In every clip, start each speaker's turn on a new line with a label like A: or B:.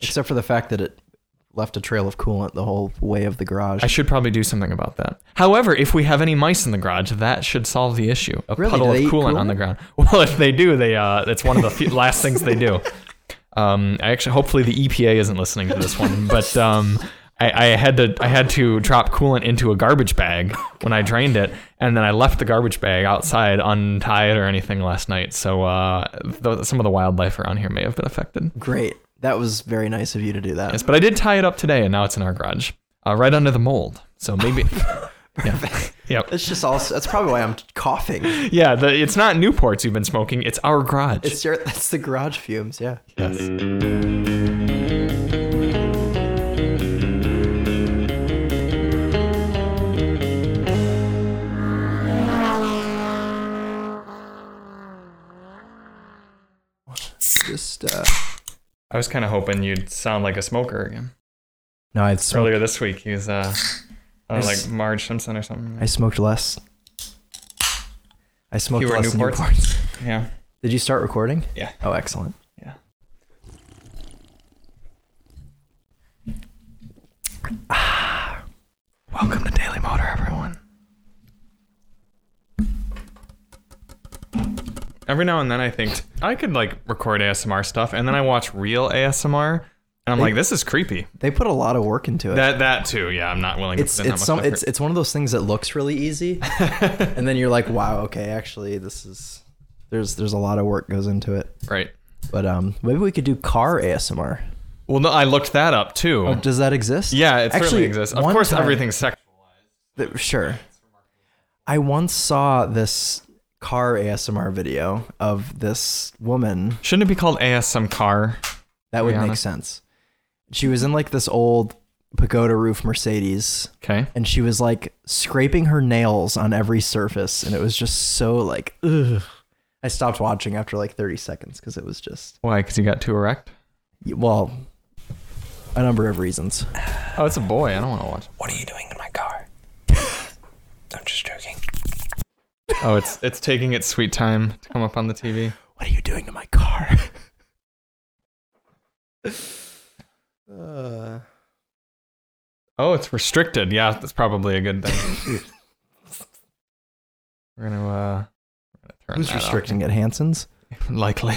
A: except for the fact that it left a trail of coolant the whole way of the garage.
B: I should probably do something about that. However, if we have any mice in the garage, that should solve the issue. A
A: Really? Do
B: puddle of
A: they eat
B: coolant, on
A: coolant?
B: the ground. Well, if they do, they uh, that's one of the few, last things they do. Um, I actually, hopefully, the EPA isn't listening to this one, but um, I, I had to I had to drop coolant into a garbage bag when I drained it, and then I left the garbage bag outside untied or anything last night. So uh, th- some of the wildlife around here may have been affected.
A: Great. That was very nice of you to do that.
B: Yes, but I did tie it up today, and now it's in our garage, uh, right under the mold. So maybe. yeah. Yep.
A: It's just all. That's probably why I'm coughing.
B: Yeah, the, it's not Newports you've been smoking. It's our garage.
A: It's your. That's the garage fumes. Yeah.
B: yes.
A: Just. Uh,
B: I was kind of hoping you'd sound like a smoker again.
A: no, I smoked.
B: Earlier this week, he was uh, uh,
A: Yes.
B: like Marge Simpson or something.
A: I smoked less. I smoked
B: Fewer
A: less than
B: Newports?
A: Newports.
B: yeah.
A: Did you start recording?
B: Yeah.
A: Oh, excellent.
B: Yeah.
A: Ah.
B: Welcome to Daily Motor, everyone. Every now and then, I think I could like record ASMR stuff, and then I watch real ASMR, and I'm like, this is creepy.
A: They put a lot of work into it.
B: That that too, yeah. I'm not willing.
A: it's
B: to put in
A: it's
B: that
A: some
B: much
A: it's
B: effort.
A: it's one of those things that looks really easy, and then you're like, wow, okay, actually, this is there's there's a lot of work goes into it.
B: right.
A: But um, maybe we could do car ASMR.
B: Well, no, I looked that up too.
A: Does that exist?
B: yeah, it
A: Oh, Actually,
B: certainly exists. Of
A: one
B: course,
A: time-
B: everything's sexual.
A: Th- sure. I once saw this car ASMR video of this woman.
B: Shouldn't it be called ASM car?
A: That would
B: Rihanna.
A: make sense. She was in like this old pagoda roof Mercedes
B: Okay.
A: and she was like scraping her nails on every surface and it was just so like ugh. I stopped watching after like 30 seconds cuz it was just
B: Why? Because you got too erect.
A: well a number of reasons.
B: Oh, it's a boy. I don't want to watch.
C: What are you doing in my car? I'm just joking.
B: Oh, it's it's taking its sweet time to come up on the TV.
A: What are you doing to my car? uh
B: Oh, it's restricted. Yeah, that's probably a good thing. we're gonna uh, we're gonna turn
A: Who's
B: that off.
A: restricting it? Hanson's?
B: Likely.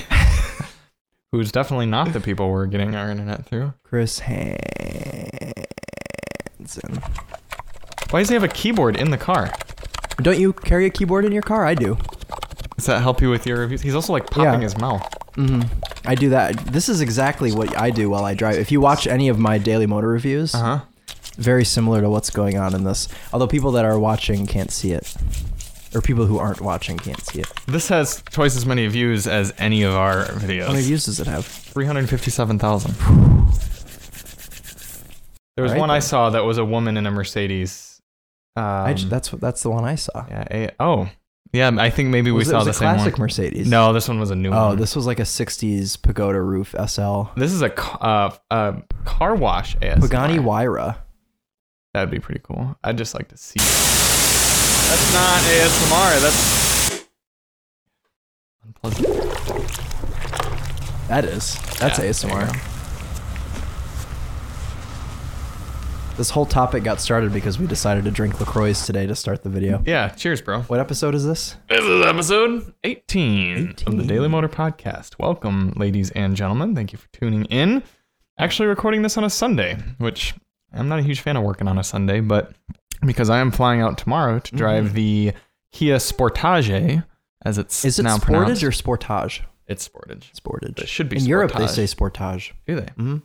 B: Who's definitely not the people we're getting our internet through.
A: Chris Hansen.
B: Why does he have a keyboard in the car?
A: Don't you carry a keyboard in your car? I do.
B: Does that help you with your reviews? He's also like popping
A: Yeah.
B: his mouth.
A: hmm I do that. This is exactly what I do while I drive. If you watch any of my daily motor reviews,
B: Uh huh.
A: very similar to what's going on in this. Although people that are watching can't see it, or people who aren't watching can't see it.
B: This has twice as many views as any of our videos.
A: How many views does it have?
B: 357,000. There was
A: Alright
B: one I
A: then.
B: saw that was a woman in a Mercedes. Um,
A: I j- that's what that's the one I saw.
B: yeah, a- oh, yeah. I think maybe we
A: was, it
B: saw
A: was
B: the
A: a
B: same
A: classic
B: one.
A: Mercedes.
B: No, this one was a new one.
A: Oh, this was like a '60s pagoda roof SL
B: This is a ca- uh, uh, car wash ASMR.
A: Pagani Huayra.
B: That'd be pretty cool. I'd just like to see. That's not ASMR. That's unpleasant.
A: That is. That's
B: Yeah, there you
A: ASMR. This whole topic got started because we decided to drink LaCroix today to start the video.
B: Yeah. Cheers, bro.
A: What episode is this?
B: This is episode 18, of the Daily Motor Podcast. Welcome, ladies and gentlemen. Thank you for tuning in. Actually, recording this on a Sunday, which I'm not a huge fan of working on a Sunday, but because I am flying out tomorrow
A: Mm-hmm.
B: to drive the Kia Sportage, as it's
A: Is it
B: now
A: Sportage
B: pronounced.
A: or Sportage?
B: it's Sportage?
A: Sportage.
B: It should be
A: In Europe, they
B: Sportage.
A: say Sportage.
B: Do they?
A: Mm-hmm.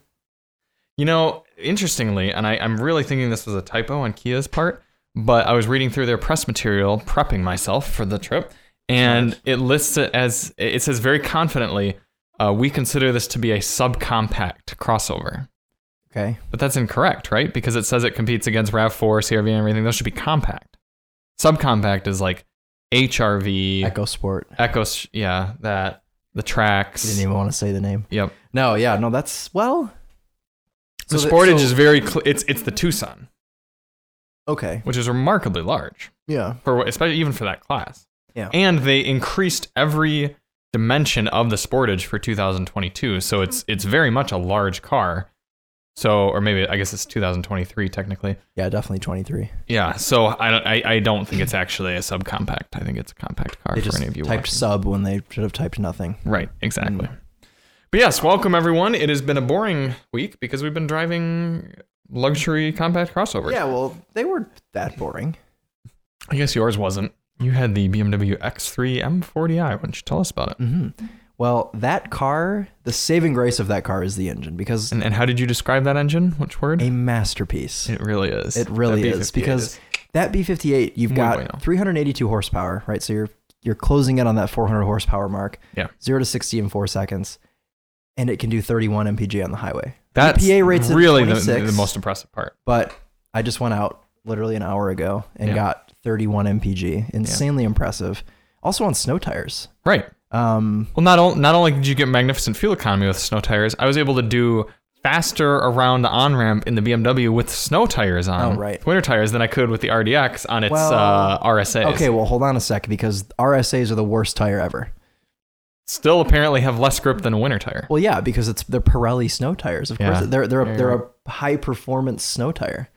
B: You know, interestingly, and I, I'm really thinking this was a typo on Kia's part, but I was reading through their press material, prepping myself for the trip, and it lists it as it says very confidently, uh, we consider this to be a subcompact crossover.
A: Okay.
B: But that's incorrect, right? Because it says it competes against RAV4, CRV, and everything. Those should be compact. Subcompact is like HRV, Echo,
A: Echo Sport.
B: s- yeah, that, the
A: You didn't
B: tracks.
A: even want to say the name.
B: Yep.
A: No, yeah, no, that's, well.
B: The
A: so
B: Sportage
A: so-
B: is very, cl- it's, it's the Tucson,
A: Okay.
B: which is remarkably large.
A: Yeah.
B: for what- especially even for that class.
A: Yeah.
B: And they increased every
A: Mm-hmm.
B: dimension of the Sportage for 2022, so it's it's very much a large car. So, or maybe I guess it's 2023 technically.
A: Yeah, definitely 23.
B: Yeah. So I don't. I, I don't think it's actually a subcompact. I think it's a compact car
A: They
B: for
A: just
B: any of you.
A: typed
B: watching.
A: sub Mm. when they should have typed nothing.
B: Right, exactly. But yes, welcome everyone. It has been a boring week because we've been driving luxury compact crossovers.
A: Yeah, well, they weren't that boring.
B: I guess yours wasn't. You had the BMW X3 M40i. Why don't you tell us about it?
A: Mm-hmm. Well, that car, the saving grace of that car is the engine because
B: And, and how did you describe that engine? Which word?
A: a masterpiece.
B: it really is.
A: It really
B: That
A: is
B: B58
A: because
B: is.
A: that B58, you've
B: Muy
A: got
B: bueno.
A: 382 horsepower, right? So you're you're closing in on that 400 horsepower mark.
B: Yeah.
A: Zero to 60 in four seconds, and it can do 31 mpg on the highway.
B: that's
A: EPA E rates it
B: really the,
A: 26.
B: the most impressive part.
A: But I just went out literally an hour ago and
B: Yeah.
A: got 31 mpg. Insanely impressive. Also on snow tires.
B: Right.
A: Um,
B: Well, not, on, not only did you get magnificent fuel economy with snow tires, I was able to do faster around the on ramp in the BMW with snow tires on,
A: Oh, right.
B: winter tires, than I could with the RDX on its
A: Well,
B: uh, RSAs.
A: okay, well, hold on a sec because RSAs are the worst tire ever.
B: Still apparently have less grip than a winter tire.
A: Well, yeah, because it's they're Pirelli snow tires. Of
B: Yeah.
A: course, they're they're
B: Yeah,
A: a, they're a high performance snow tire.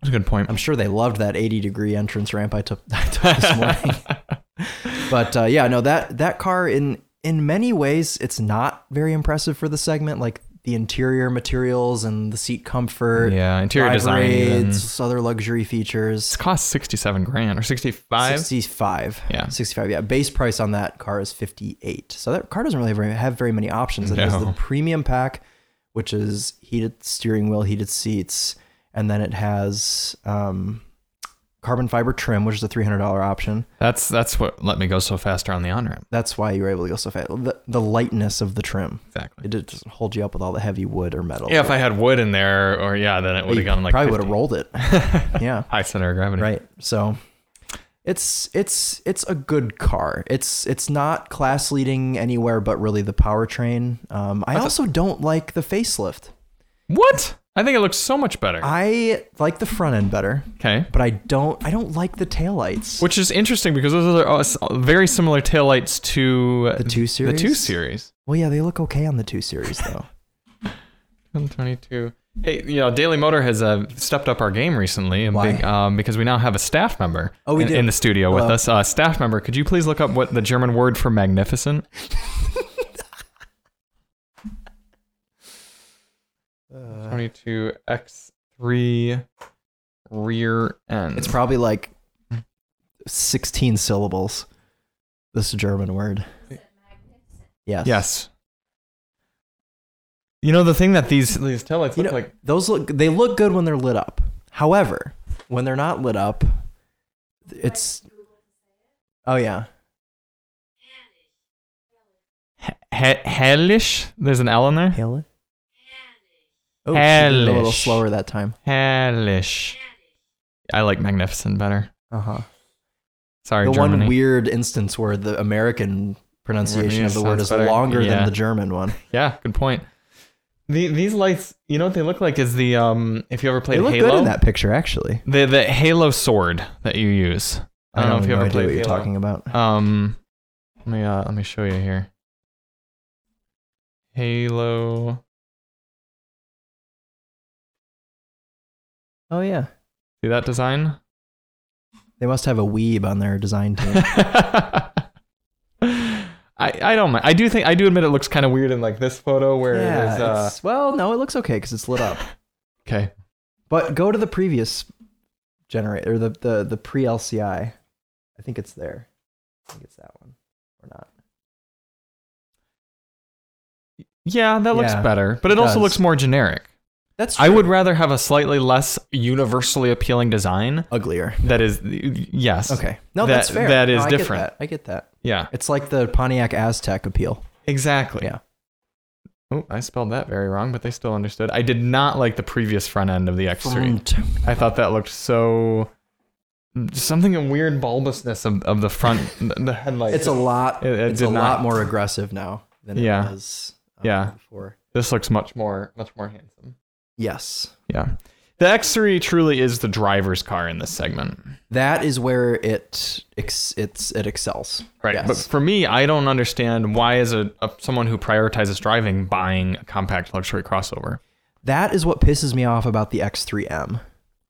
B: That's a good point.
A: I'm sure they loved that 80 degree entrance ramp I took, I took this morning. but uh, yeah, no that that car in in many ways it's not very impressive for the segment, like the interior materials and the seat comfort.
B: yeah, interior
A: drive
B: design. uh, even. It's
A: aids, other luxury features.
B: cost 67 grand or 65.
A: 65.
B: Yeah.
A: 65. Yeah. Base price on that car is 58. So that car doesn't really have very, have very many options. It has
B: No.
A: the premium pack, which is heated steering wheel, heated seats, and then it has um, carbon fiber trim, which is a $300 option.
B: That's that's what let me go so faster on the on ramp.
A: That's why you were able to go so fast. The, the lightness of the trim.
B: Exactly.
A: It doesn't hold you up with all the heavy wood or metal.
B: Yeah, if I had wood in there, or yeah, then it would
A: You
B: have gone like
A: probably would have
B: 50.
A: rolled it. yeah.
B: high center of gravity.
A: Right. So it's it's it's a good car. It's it's not class leading anywhere, but really the powertrain. Um, I also don't like the facelift.
B: What? I think it looks so much better.
A: I like the front end better,
B: okay.
A: but I don't I don't like the taillights.
B: Which is interesting because those are uh, s- very similar taillights to uh,
A: The two
B: The
A: series?
B: two series.
A: Well, yeah, they look okay on the two series though.
B: 2022. Hey, you know, Daily Motor has uh, stepped up our game recently, and
A: Why?
B: big, um, because we now have a staff member
A: Oh, we
B: in,
A: do.
B: in the studio with
A: Hello.
B: us. Uh, staff member, could you please look up what the German word for magnificent?
A: Uh,
B: Twenty-two X three rear end.
A: It's probably like sixteen syllables. This German word. Yes.
B: yes. You know the thing that these these taillights
A: You
B: look
A: know,
B: like.
A: those look they look good when they're lit up. However, when they're not lit up, it's oh yeah,
B: He- hellish. There's an L in there.
A: Haley. Oh, she did it a little
B: Hellish.
A: slower that time.
B: Hellish. I like magnificent better.
A: Uh huh.
B: Sorry,
A: The
B: Germany.
A: one weird instance where the American pronunciation
B: Yeah,
A: of the word
B: sounds
A: is
B: better.
A: longer
B: Yeah.
A: than the German one.
B: yeah, good point. The, these lights, you know what they look like? Is the um, if you ever
A: They
B: played
A: look
B: Halo,
A: good in that picture, actually.
B: the the Halo sword that you use. I don't know if
A: have
B: you
A: no
B: ever
A: idea
B: played
A: what you're
B: Halo.
A: talking about.
B: Um, let me uh, let me show you here. Halo
A: Oh yeah,
B: See that design?
A: they must have a weeb on their design team.
B: I, I don't mind. I do think I do admit it looks kind of weird in like this photo where
A: yeah,
B: there's uh
A: it's- well, no, it looks okay because it's lit up.
B: okay
A: But go to the previous generator, or the the the pre LCI. I think it's there. I think it's that one or not.
B: yeah that looks
A: Yeah,
B: better but it,
A: it
B: also
A: does.
B: looks more generic.
A: That's
B: I would rather have a slightly less universally appealing design
A: uglier.
B: that is yes
A: Okay, no,
B: That-
A: that's fair.
B: that is
A: No, I get
B: different.
A: that. I get that.
B: yeah
A: It's like the Pontiac Aztec appeal.
B: exactly
A: Yeah.
B: Oh, I spelled that very wrong, but they still understood. I did not like the previous front end of the X3.
A: Front.
B: I thought that looked so something a weird bulbousness of, of the front the- the headlights.
A: It's a lot.
B: It- it
A: it's
B: did
A: a
B: not-
A: lot more aggressive now than
B: Yeah.
A: it was. um,
B: Yeah.
A: Before.
B: this looks much more much more handsome.
A: Yes,
B: Yeah. The X3 truly is the driver's car in this segment.
A: that is where it ex- it's it excels.
B: Right.
A: Yes.
B: But for me, I don't understand why, as a, a someone who prioritizes driving, buying a compact luxury crossover.
A: That is what pisses me off about the X3M.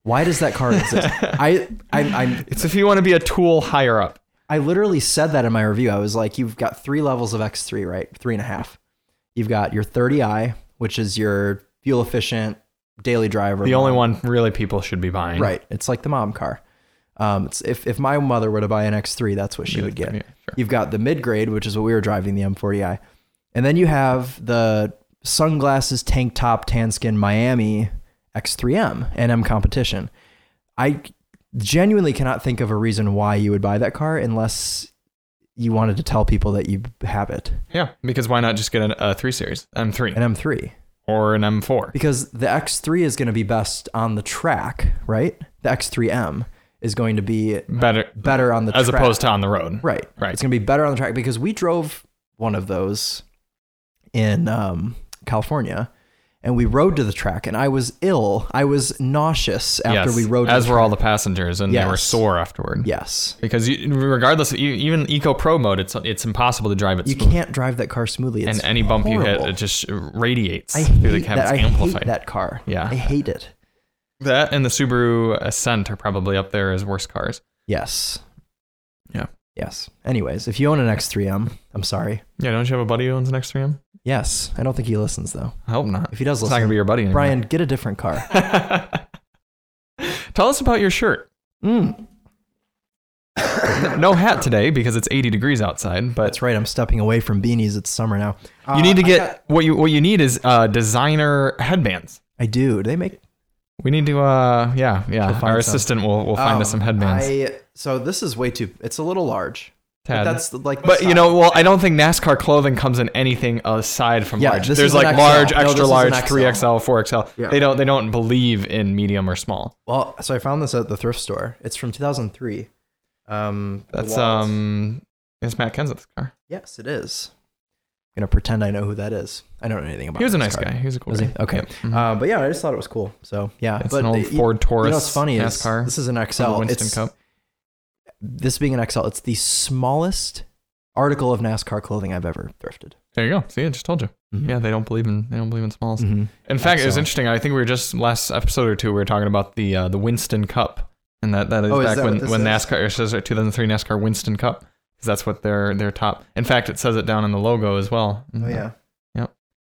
A: Why does that car exist? I I'm, I'm
B: It's if you want to be a tool higher up.
A: I literally said that in my review. I was like, you've got three levels of X3, right? Three and a half. You've got your 30i, which is your fuel efficient daily driver.
B: The only one really people should be buying.
A: Right. It's like the mom car. Um, it's, if, if my mother were to buy an X3, that's what she would get.
B: Yeah, sure.
A: You've got the mid grade, which is what we were driving, the M40i. And then you have the sunglasses, tank top, tan skin, Miami X3M and M competition. I genuinely cannot think of a reason why you would buy that car unless you wanted to tell people that you have it.
B: Yeah, because why not just get an, a 3 Series, M3,
A: An M3.
B: or an M4?
A: Because the X3 is going to be best on the track, right? The X3M is going to be
B: Better,
A: better on the
B: as
A: track.
B: opposed to on the road.
A: Right.
B: Right.
A: It's going to be better on the track because we drove one of those in um, California and we rode to the track and I was ill. I was nauseous after
B: Yes,
A: we rode. to
B: as
A: the
B: were all
A: track.
B: the passengers, and they were
A: Yes.
B: sore afterward.
A: Yes.
B: because you, regardless, you, even Eco Pro mode, it's it's impossible to drive it.
A: You
B: smooth.
A: can't drive that car smoothly. It's
B: and any bump you hit,
A: horrible.
B: it just radiates
A: I
B: through the
A: hate
B: cab.
A: that.
B: It's
A: I
B: amplified.
A: hate that car.
B: Yeah.
A: I hate it.
B: That and the Subaru Ascent are probably up there as worst cars.
A: Yes.
B: Yeah.
A: Yes. Anyways, if you own an X3M, I'm sorry.
B: Yeah, don't you have a buddy who owns an X3M?
A: Yes. I don't think he listens though.
B: I hope not.
A: If he does
B: It's not gonna
A: listen,
B: be your buddy anymore.
A: Brian, get a different car.
B: Tell us about your shirt.
A: Mm.
B: No hat today because it's 80 degrees outside, but
A: That's right. I'm stepping away from beanies. It's summer now. Uh,
B: you need to
A: I
B: get
A: got-
B: what you what you need is uh, designer headbands.
A: I do. Do they make
B: We need to uh yeah, yeah.
A: find
B: Our
A: some.
B: assistant will will find us
A: Oh,
B: some headbands.
A: I, so this is way too. It's a little large. But
B: Tad.
A: that's like. the
B: But you
A: size.
B: know, well, I don't think NASCAR clothing comes in anything aside from
A: Yeah,
B: large.
A: this
B: There's
A: is an
B: like
A: XL.
B: large,
A: No, this
B: extra
A: is an
B: large,
A: XL.
B: three XL, four XL.
A: Yeah.
B: They don't they don't believe in medium or small.
A: Well, so I found this at the thrift store. It's from 2003. Um, the
B: That's
A: walls-
B: um, it's Matt Kenseth's car.
A: Yes, it is. I'm gonna pretend I know who that is. I don't know anything about.
B: He was a
A: this
B: nice
A: car.
B: guy. He was a cool
A: Was
B: guy.
A: he? Okay.
B: Yep. Mhm.
A: Uh, but yeah, I just thought it was cool. So yeah,
B: it's
A: but
B: an old
A: the- you-
B: Ford Taurus.
A: You know what's funny is
B: NASCAR.
A: this is an
B: from the
A: XL.
B: Winston
A: It's,
B: Cup.
A: this being an XL, it's the smallest article of NASCAR clothing I've ever thrifted.
B: There you go. See, I just told you.
A: Mhm.
B: Yeah, they don't believe in they don't believe in smalls.
A: Mhm.
B: In fact, it was
A: XL.
B: interesting. I think we were just last episode or two. We were talking about the uh, the Winston Cup, and that that is
A: Oh, is
B: back
A: that
B: when
A: what this
B: when
A: is?
B: NASCAR it says uh, 2003 NASCAR Winston Cup because that's what their their top. In fact, it says it down in the logo as well. Mm-hmm.
A: Oh yeah,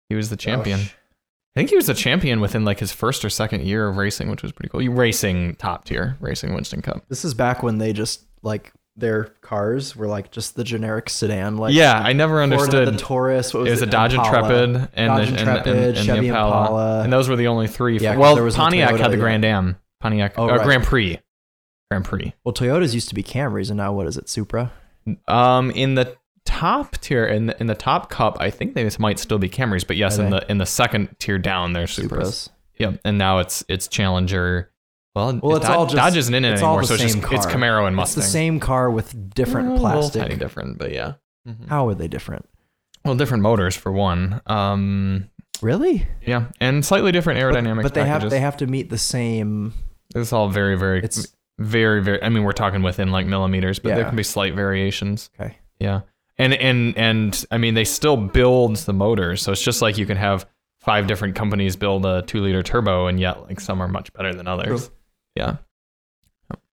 B: he was the champion.
A: Gosh.
B: I think he was a champion within like his first or second year of racing, which was pretty cool. You racing top tier, racing Winston Cup.
A: This is back when they just like their cars were like just the generic sedan, like
B: yeah, I never
A: Ford had
B: understood.
A: the Taurus. What was
B: it was a Dodge
A: Impala.
B: Intrepid
A: Dodge
B: and the, and-
A: Intrepid,
B: and, and
A: Chevy
B: the Impala.
A: Impala.
B: and those were the only three.
A: Yeah, 'cause
B: well,
A: there was no
B: Pontiac had
A: Toyota, yeah.
B: the Grand Am, Pontiac
A: Oh,
B: or
A: right.
B: Grand Prix, Grand Prix.
A: Well, Toyotas used to be Camrys, and now what is it? Supra.
B: Um, in the top tier, in the, in the top cup, I think they might still be Camrys, but yes,
A: Are
B: in
A: they?
B: the in the second tier down, they're Supras.
A: Supras.
B: Yep, and now it's it's Challenger. Well,
A: Well, it's
B: Dodge,
A: all just-
B: Dodge isn't in it
A: it's all
B: anymore,
A: the
B: so it's just
A: same
B: it's
A: car.
B: Camaro and
A: It's the
B: Mustang.
A: same car with different plastic.
B: Oh, Tiny different, but yeah.
A: How are they different?
B: Well, different motors for one. Um,
A: Really?
B: yeah, and slightly different aerodynamics.
A: But they have
B: packages.
A: they have to meet the same.
B: It's all very, very,
A: It's-
B: very, very. I mean, we're talking within like millimeters, but there
A: Yeah.
B: can be slight variations.
A: Okay.
B: Yeah, and and and I mean, they still build the motors, so it's just like you can have five different companies build a two-liter turbo, and yet like some are much better than others.
A: True.
B: Yeah,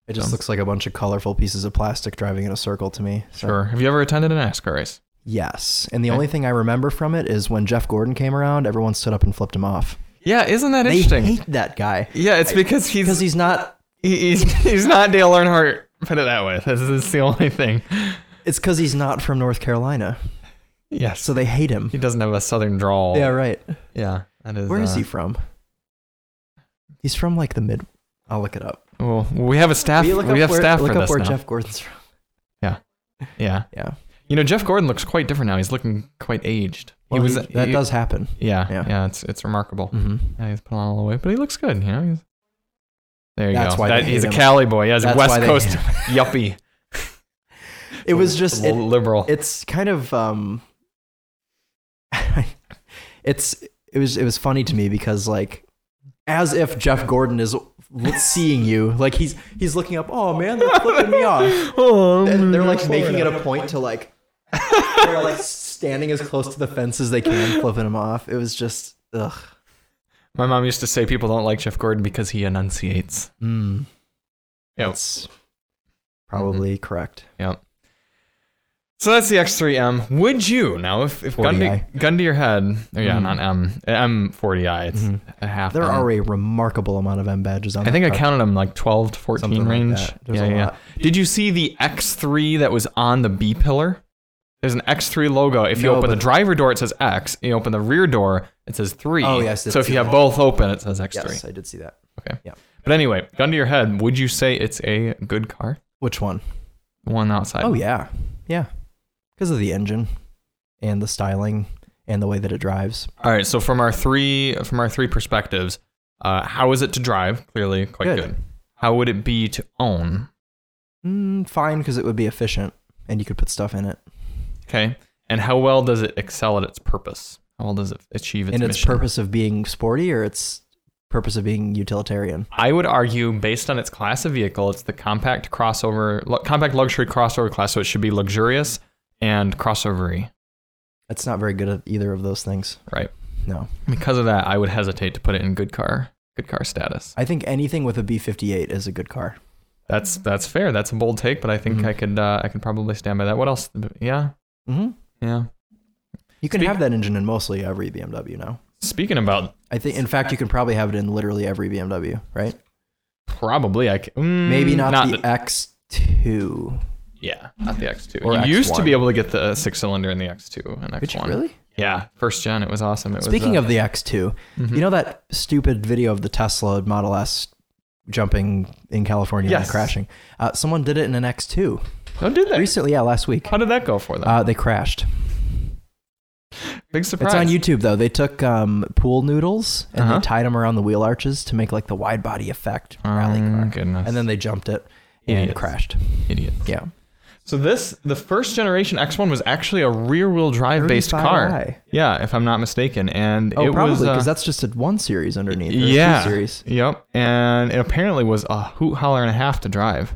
A: It just
B: Um,
A: looks like a bunch of colorful pieces of plastic driving in a circle to me. So-
B: sure. Have you ever attended an NASCAR race?
A: Yes, and the
B: Okay.
A: only thing I remember from it is when Jeff Gordon came around, everyone stood up and flipped him off.
B: Yeah, isn't that
A: They
B: interesting?
A: hate that guy
B: yeah, it's because he's
A: because he's not.
B: He- he's he's not Dale Earnhardt. Put it that way. This is the only thing.
A: It's because he's not from North Carolina,
B: Yes.
A: so they hate him.
B: he doesn't have a southern drawl.
A: Yeah, right.
B: Yeah. That is.
A: Where is
B: uh,
A: he from? He's from like the mid. I'll look it up.
B: Well, we have a staff.
A: Will you
B: We
A: look up
B: have
A: where,
B: staff
A: look
B: for
A: up
B: this
A: where
B: now.
A: Jeff Gordon's from.
B: yeah.
A: Yeah,
B: You know, Jeff Gordon looks quite different now. He's looking quite aged.
A: well,
B: he was.
A: he- that
B: he- Mm-hmm.
A: does happen.
B: Yeah, yeah.
A: yeah.
B: It's it's remarkable.
A: hmm
B: Yeah, he's put on a little weight, but he looks good. You know. He's, there you
A: That's
B: go.
A: why
B: That-
A: they
B: he's
A: hate him.
B: a Cali boy. Yeah, he's a
A: That's why
B: West
A: they
B: Coast
A: hate
B: yuppie.
A: It was just
B: Li-
A: it,
B: liberal.
A: it's kind of um it's it was it was funny to me because like as if Jeff Gordon is seeing you like he's he's looking up oh man they're flipping me off
B: oh,
A: and they're like making it a point to like they're like standing as close to the fence as they can flipping him off it was just ugh
B: My mom used to say people don't like Jeff Gordon because he enunciates.
A: Mm.
B: Yep.
A: That's probably
B: Mm-hmm.
A: correct.
B: So that's the X3M. Would you now, if, if gun, to,
A: 40i.
B: gun to your head, oh yeah,
A: Mhm.
B: not M, M40i, it's
A: Mhm.
B: a half.
A: There
B: M.
A: are a remarkable amount of M badges on.
B: I think I
A: that truck.
B: counted them like 12 to 14
A: Uh, Something like
B: range.
A: that. There's
B: yeah,
A: a
B: yeah.
A: lot.
B: Did you see the X3 that was on the B pillar? There's an X3 logo. If you
A: No,
B: open the
A: but-
B: driver door, it says X. You open the rear door, it says 3.
A: Oh, yes,
B: So
A: it's-
B: if you have both open, it says X3.
A: Yes, I did see that.
B: But anyway, gun to your head, would you say it's a good car?
A: Which one?
B: The One outside.
A: Oh yeah, yeah. Because of the engine and the styling and the way that it drives.
B: All right. So from our three from our three perspectives, uh, how is it to drive? Clearly, quite good.
A: Good.
B: How would it be to own?
A: Mm, fine, because it would be efficient and you could put stuff in it.
B: Okay. And how well does it excel at its purpose? How well does it achieve its
A: and its
B: mission?
A: purpose of being sporty or its purpose of being utilitarian.
B: I would argue, based on its class of vehicle, it's the compact crossover, lu- compact luxury crossover class. So it should be luxurious and crossovery.
A: That's not very good at either of those things.
B: Right.
A: No.
B: Because of that, I would hesitate to put it in good car, good car status.
A: I think anything with a B58 is a good car.
B: That's that's fair. That's a bold take, but I think
A: Mhm.
B: I could uh, I could probably stand by that. What else? Yeah,
A: hmm
B: yeah.
A: You can
B: Speak-
A: have that engine in mostly every BMW now.
B: Speaking about
A: I think, in fact, you can probably have it in literally every BMW, right?
B: probably, I c- mm,
A: Maybe not, the,
B: the,
A: X2.
B: yeah, not the X two.
A: Or
B: you used to
A: X1.
B: be able to get the six cylinder in the X two and X
A: Could you
B: one.
A: really?
B: Yeah, first gen. It was awesome. It was,
A: Speaking
B: uh,
A: of the X2,
B: mhm.
A: you know that stupid video of the Tesla Model S jumping in California
B: Yes.
A: and crashing? Uh, someone did it in an X2
B: oh, did they?
A: recently. Yeah, last week.
B: How did that go for them?
A: Uh, they crashed.
B: Big
A: It's
B: surprise.
A: on YouTube though. They took um, pool noodles and
B: Uh-huh.
A: they tied them around the wheel arches to make like the wide body effect
B: Oh,
A: rally car,
B: goodness.
A: and then they jumped it and
B: Idiots.
A: crashed.
B: idiot.
A: Yeah,
B: So this, the first generation X1 was actually a rear-wheel drive based car.
A: 35i.
B: Yeah, if I'm not mistaken, and
A: Oh,
B: it was
A: probably
B: uh,
A: because that's just a one series underneath. or a two
B: yeah
A: series.
B: Yep, and it apparently was a hoot holler and a half to drive.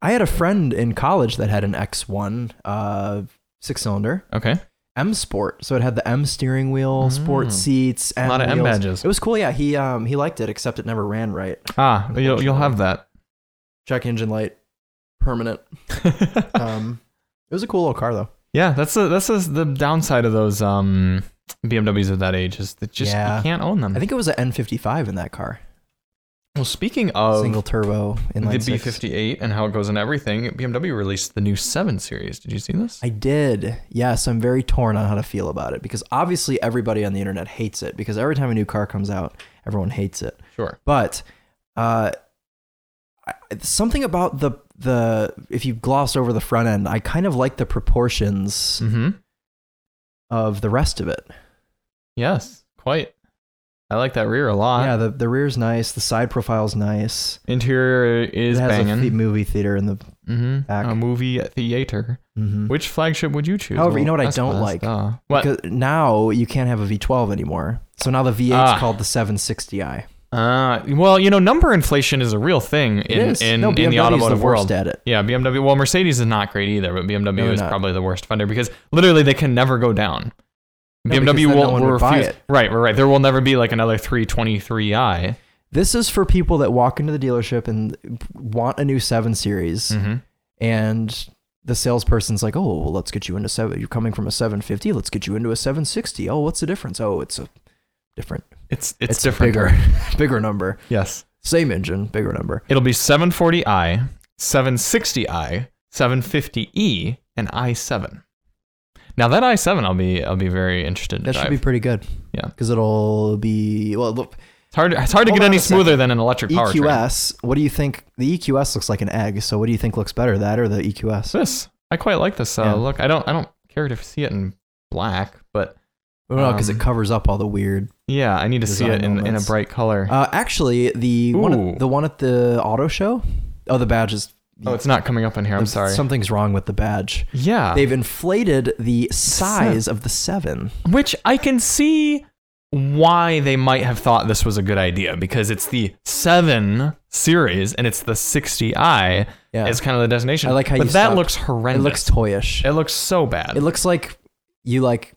A: I had a friend in college that had an X1 uh, six cylinder
B: Okay,
A: M Sport, so it had the M steering wheel, sport seats, M
B: Mm. lot of M
A: wheels.
B: badges.
A: It was cool. Yeah, he um, he liked it, except it never ran right.
B: ah, you'll you'll have that.
A: Check engine light, permanent. Um, it was a cool little car though.
B: yeah, that's the that's the, the downside of those um BMWs of that age is that just
A: Yeah.
B: you can't own them.
A: I think it was an N55 in that car.
B: well, speaking of
A: single turbo in
B: the
A: like
B: B58 and how it goes and everything, BMW released the new 7 series. Did you see this?
A: I did. Yes, I'm very torn on how to feel about it because obviously everybody on the internet hates it because every time a new car comes out, everyone hates it.
B: sure.
A: But uh, I- something about the the if you gloss over the front end, I kind of like the proportions
B: Mm-hmm. Mm.
A: of the rest of it.
B: Yes, quite. I like that rear a lot.
A: yeah, the the rear's nice, the side profile's nice.
B: Interior is
A: it has a
B: banging.
A: the- movie theater in the.
B: mm-hmm.
A: back.
B: A movie theater.
A: mhm.
B: Which flagship would you choose?
A: However, you know what I
B: that's
A: don't
B: best,
A: like?
B: duh. What?
A: Because now you can't have a V12 anymore. So now the V8 is
B: Ah.
A: called the 760i.
B: uh, well, you know, number inflation is a real thing in,
A: it is.
B: in,
A: no,
B: in the
A: BMW's
B: automotive
A: the
B: world.
A: worst at it.
B: Yeah, BMW. Well, Mercedes is not great either, but BMW
A: No,
B: is
A: not.
B: probably the worst funder because literally they can never go down.
A: No,
B: BMW
A: because then
B: will,
A: no one
B: will
A: would buy
B: refuse.
A: it.
B: Right, right, right. There will never be like another 323i.
A: This is for people that walk into the dealership and want a new 7 Series,
B: Mm-hmm.
A: and the salesperson's like, "Oh, well, let's get you into seven. You're coming from a 750. Let's get you into a 760. Oh, what's the difference? Oh, it's a different.
B: It's it's,
A: a
B: different.
A: Bigger, bigger number.
B: Yes.
A: Same engine, bigger number.
B: It'll be 740i, 760i, 750e, E, and i7. Now that i7, I'll be I'll be very interested. To
A: That should
B: drive.
A: be pretty good.
B: Yeah.
A: because it'll be well. Look,
B: it's hard. It's hard to
A: Hold
B: get
A: on
B: any
A: a second. E
B: smoother than an electric powertrain.
A: EQS. What do you think? The EQS looks like an egg. So what do you think looks better, that or the E EQS?
B: This I quite like this uh,
A: Yeah.
B: look. I don't I don't care to see it in black, but
A: Well, because
B: Um,
A: it covers up all the weird
B: yeah, I need to see
A: Design
B: it in, in a
A: elements.
B: bright color.
A: Uh, actually, the one
B: Ooh.
A: at, the one at the auto show. Oh, the badge is.
B: oh, it's not coming up in here. I'm
A: there's-
B: sorry. Ah.
A: Something's wrong with the badge.
B: yeah,
A: They've inflated the size of the seven.
B: which I can see why they might have thought this was a good idea because it's the seven series and it's the 60i
A: Yeah,
B: is kind of the destination.
A: I like how
B: but
A: you
B: that
A: stopped.
B: looks
A: it
B: horrendous.
A: looks toyish.
B: It looks so bad.
A: It looks like you like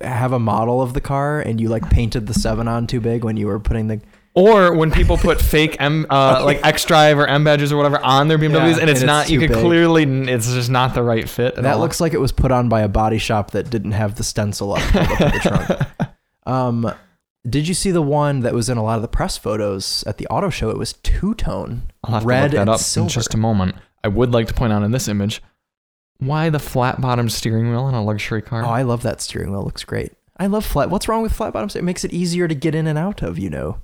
A: have a model of the car and you like painted the seven on too big when you were putting the
B: Or when people put fake M, uh, like X Drive or M badges or whatever on their BMWs,
A: Yeah,
B: and it's
A: and it's
B: not, you
A: too
B: could
A: big.
B: clearly, it's just not the right fit. At
A: that
B: all.
A: looks like it was put on by a body shop that didn't have the stencil up pulled up to the trunk. Um, did you see the one that was in a lot of the press photos at the auto show? It was two tone,
B: I'll have
A: red
B: to look
A: and
B: that up
A: silver.
B: in just a moment. I would like to point out in this image why the flat bottom steering wheel on a luxury car.
A: Oh, I love that steering wheel. It looks great. I love flat. What's wrong with flat bottoms? It makes it easier to get in and out of. You know.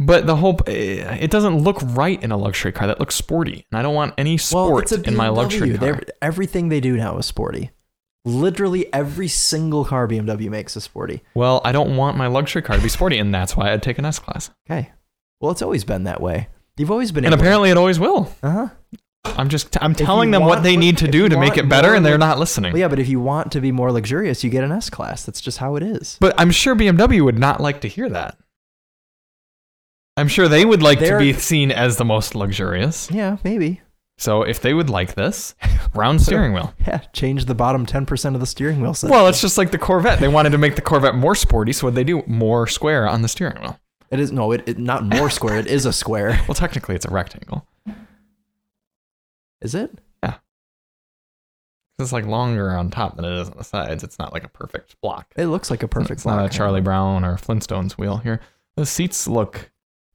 B: but the whole eh, it doesn't look right in a luxury car. That looks sporty, and I don't want any sport
A: well, it's a
B: in my
A: BMW.
B: luxury car.
A: They're- Everything they do now is sporty. Literally every single car BMW makes is sporty.
B: Well, I don't want my luxury car to be sporty, and that's why I'd take an S class.
A: Okay. Well, it's always been that way. You've always been.
B: And apparently, it always will.
A: uh huh.
B: I'm just I'm
A: you
B: telling them what
A: want-
B: they need to
A: if
B: do
A: you
B: to make
A: want
B: it better,
A: more
B: and they're
A: lux-
B: not listening.
A: Well, yeah, but if you want to be more luxurious, you get an S class. That's just how it is.
B: But I'm sure BMW would not like to hear that. I'm sure they would like
A: They're-
B: to be seen as the most luxurious.
A: Yeah, maybe.
B: So if they would like this, round steering wheel.
A: Yeah, change the bottom ten percent of the steering wheel. Set.
B: Well, it's just like the Corvette. They wanted to make the Corvette more sporty, so what they do more square on the steering wheel.
A: it is no, it, it not more square. It is a square.
B: Well, technically, it's a rectangle.
A: Is it?
B: It's like longer on top than it is on the sides. It's not like a perfect block.
A: It looks like a perfect.
B: It's not a
A: block.
B: Charlie Brown or Flintstones wheel here. The seats look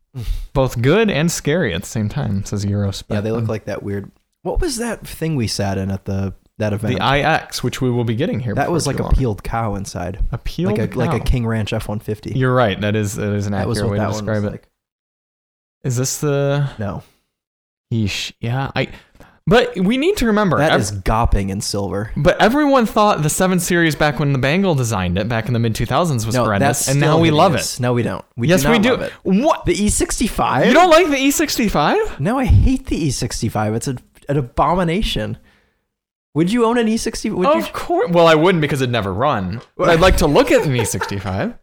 B: both good and scary at the same time. Says Euro
A: Yeah, they look like that weird. What was that thing we sat in at the that event?
B: the IX, which we will be getting here.
A: that
B: before
A: was
B: too
A: like a
B: long.
A: peeled cow inside,
B: a peeled
A: like a like a
B: cow.
A: King Ranch F one fifty.
B: You're right. That is that is an
A: That was
B: accurate
A: what
B: way to
A: that one was
B: describe it. Is
A: like.
B: this the?
A: No,
B: Yeesh. Yeah. I. But we need to remember
A: that
B: ev-
A: is gopping in silver.
B: But everyone thought the seven series back when the Bangle designed it back in the mid 2000s was
A: No,
B: horrendous,
A: that's
B: and
A: still
B: now we love it.
A: hideous. No, we don't. We
B: yes,
A: do
B: we
A: not
B: do.
A: love it.
B: What?
A: The E sixty five.
B: You don't like the E E65?
A: No, I hate the E65. It's a, an abomination. Would you own an E60? Would you?
B: Of course. Well, I wouldn't because it'd never run. But I'd like to look at an E65.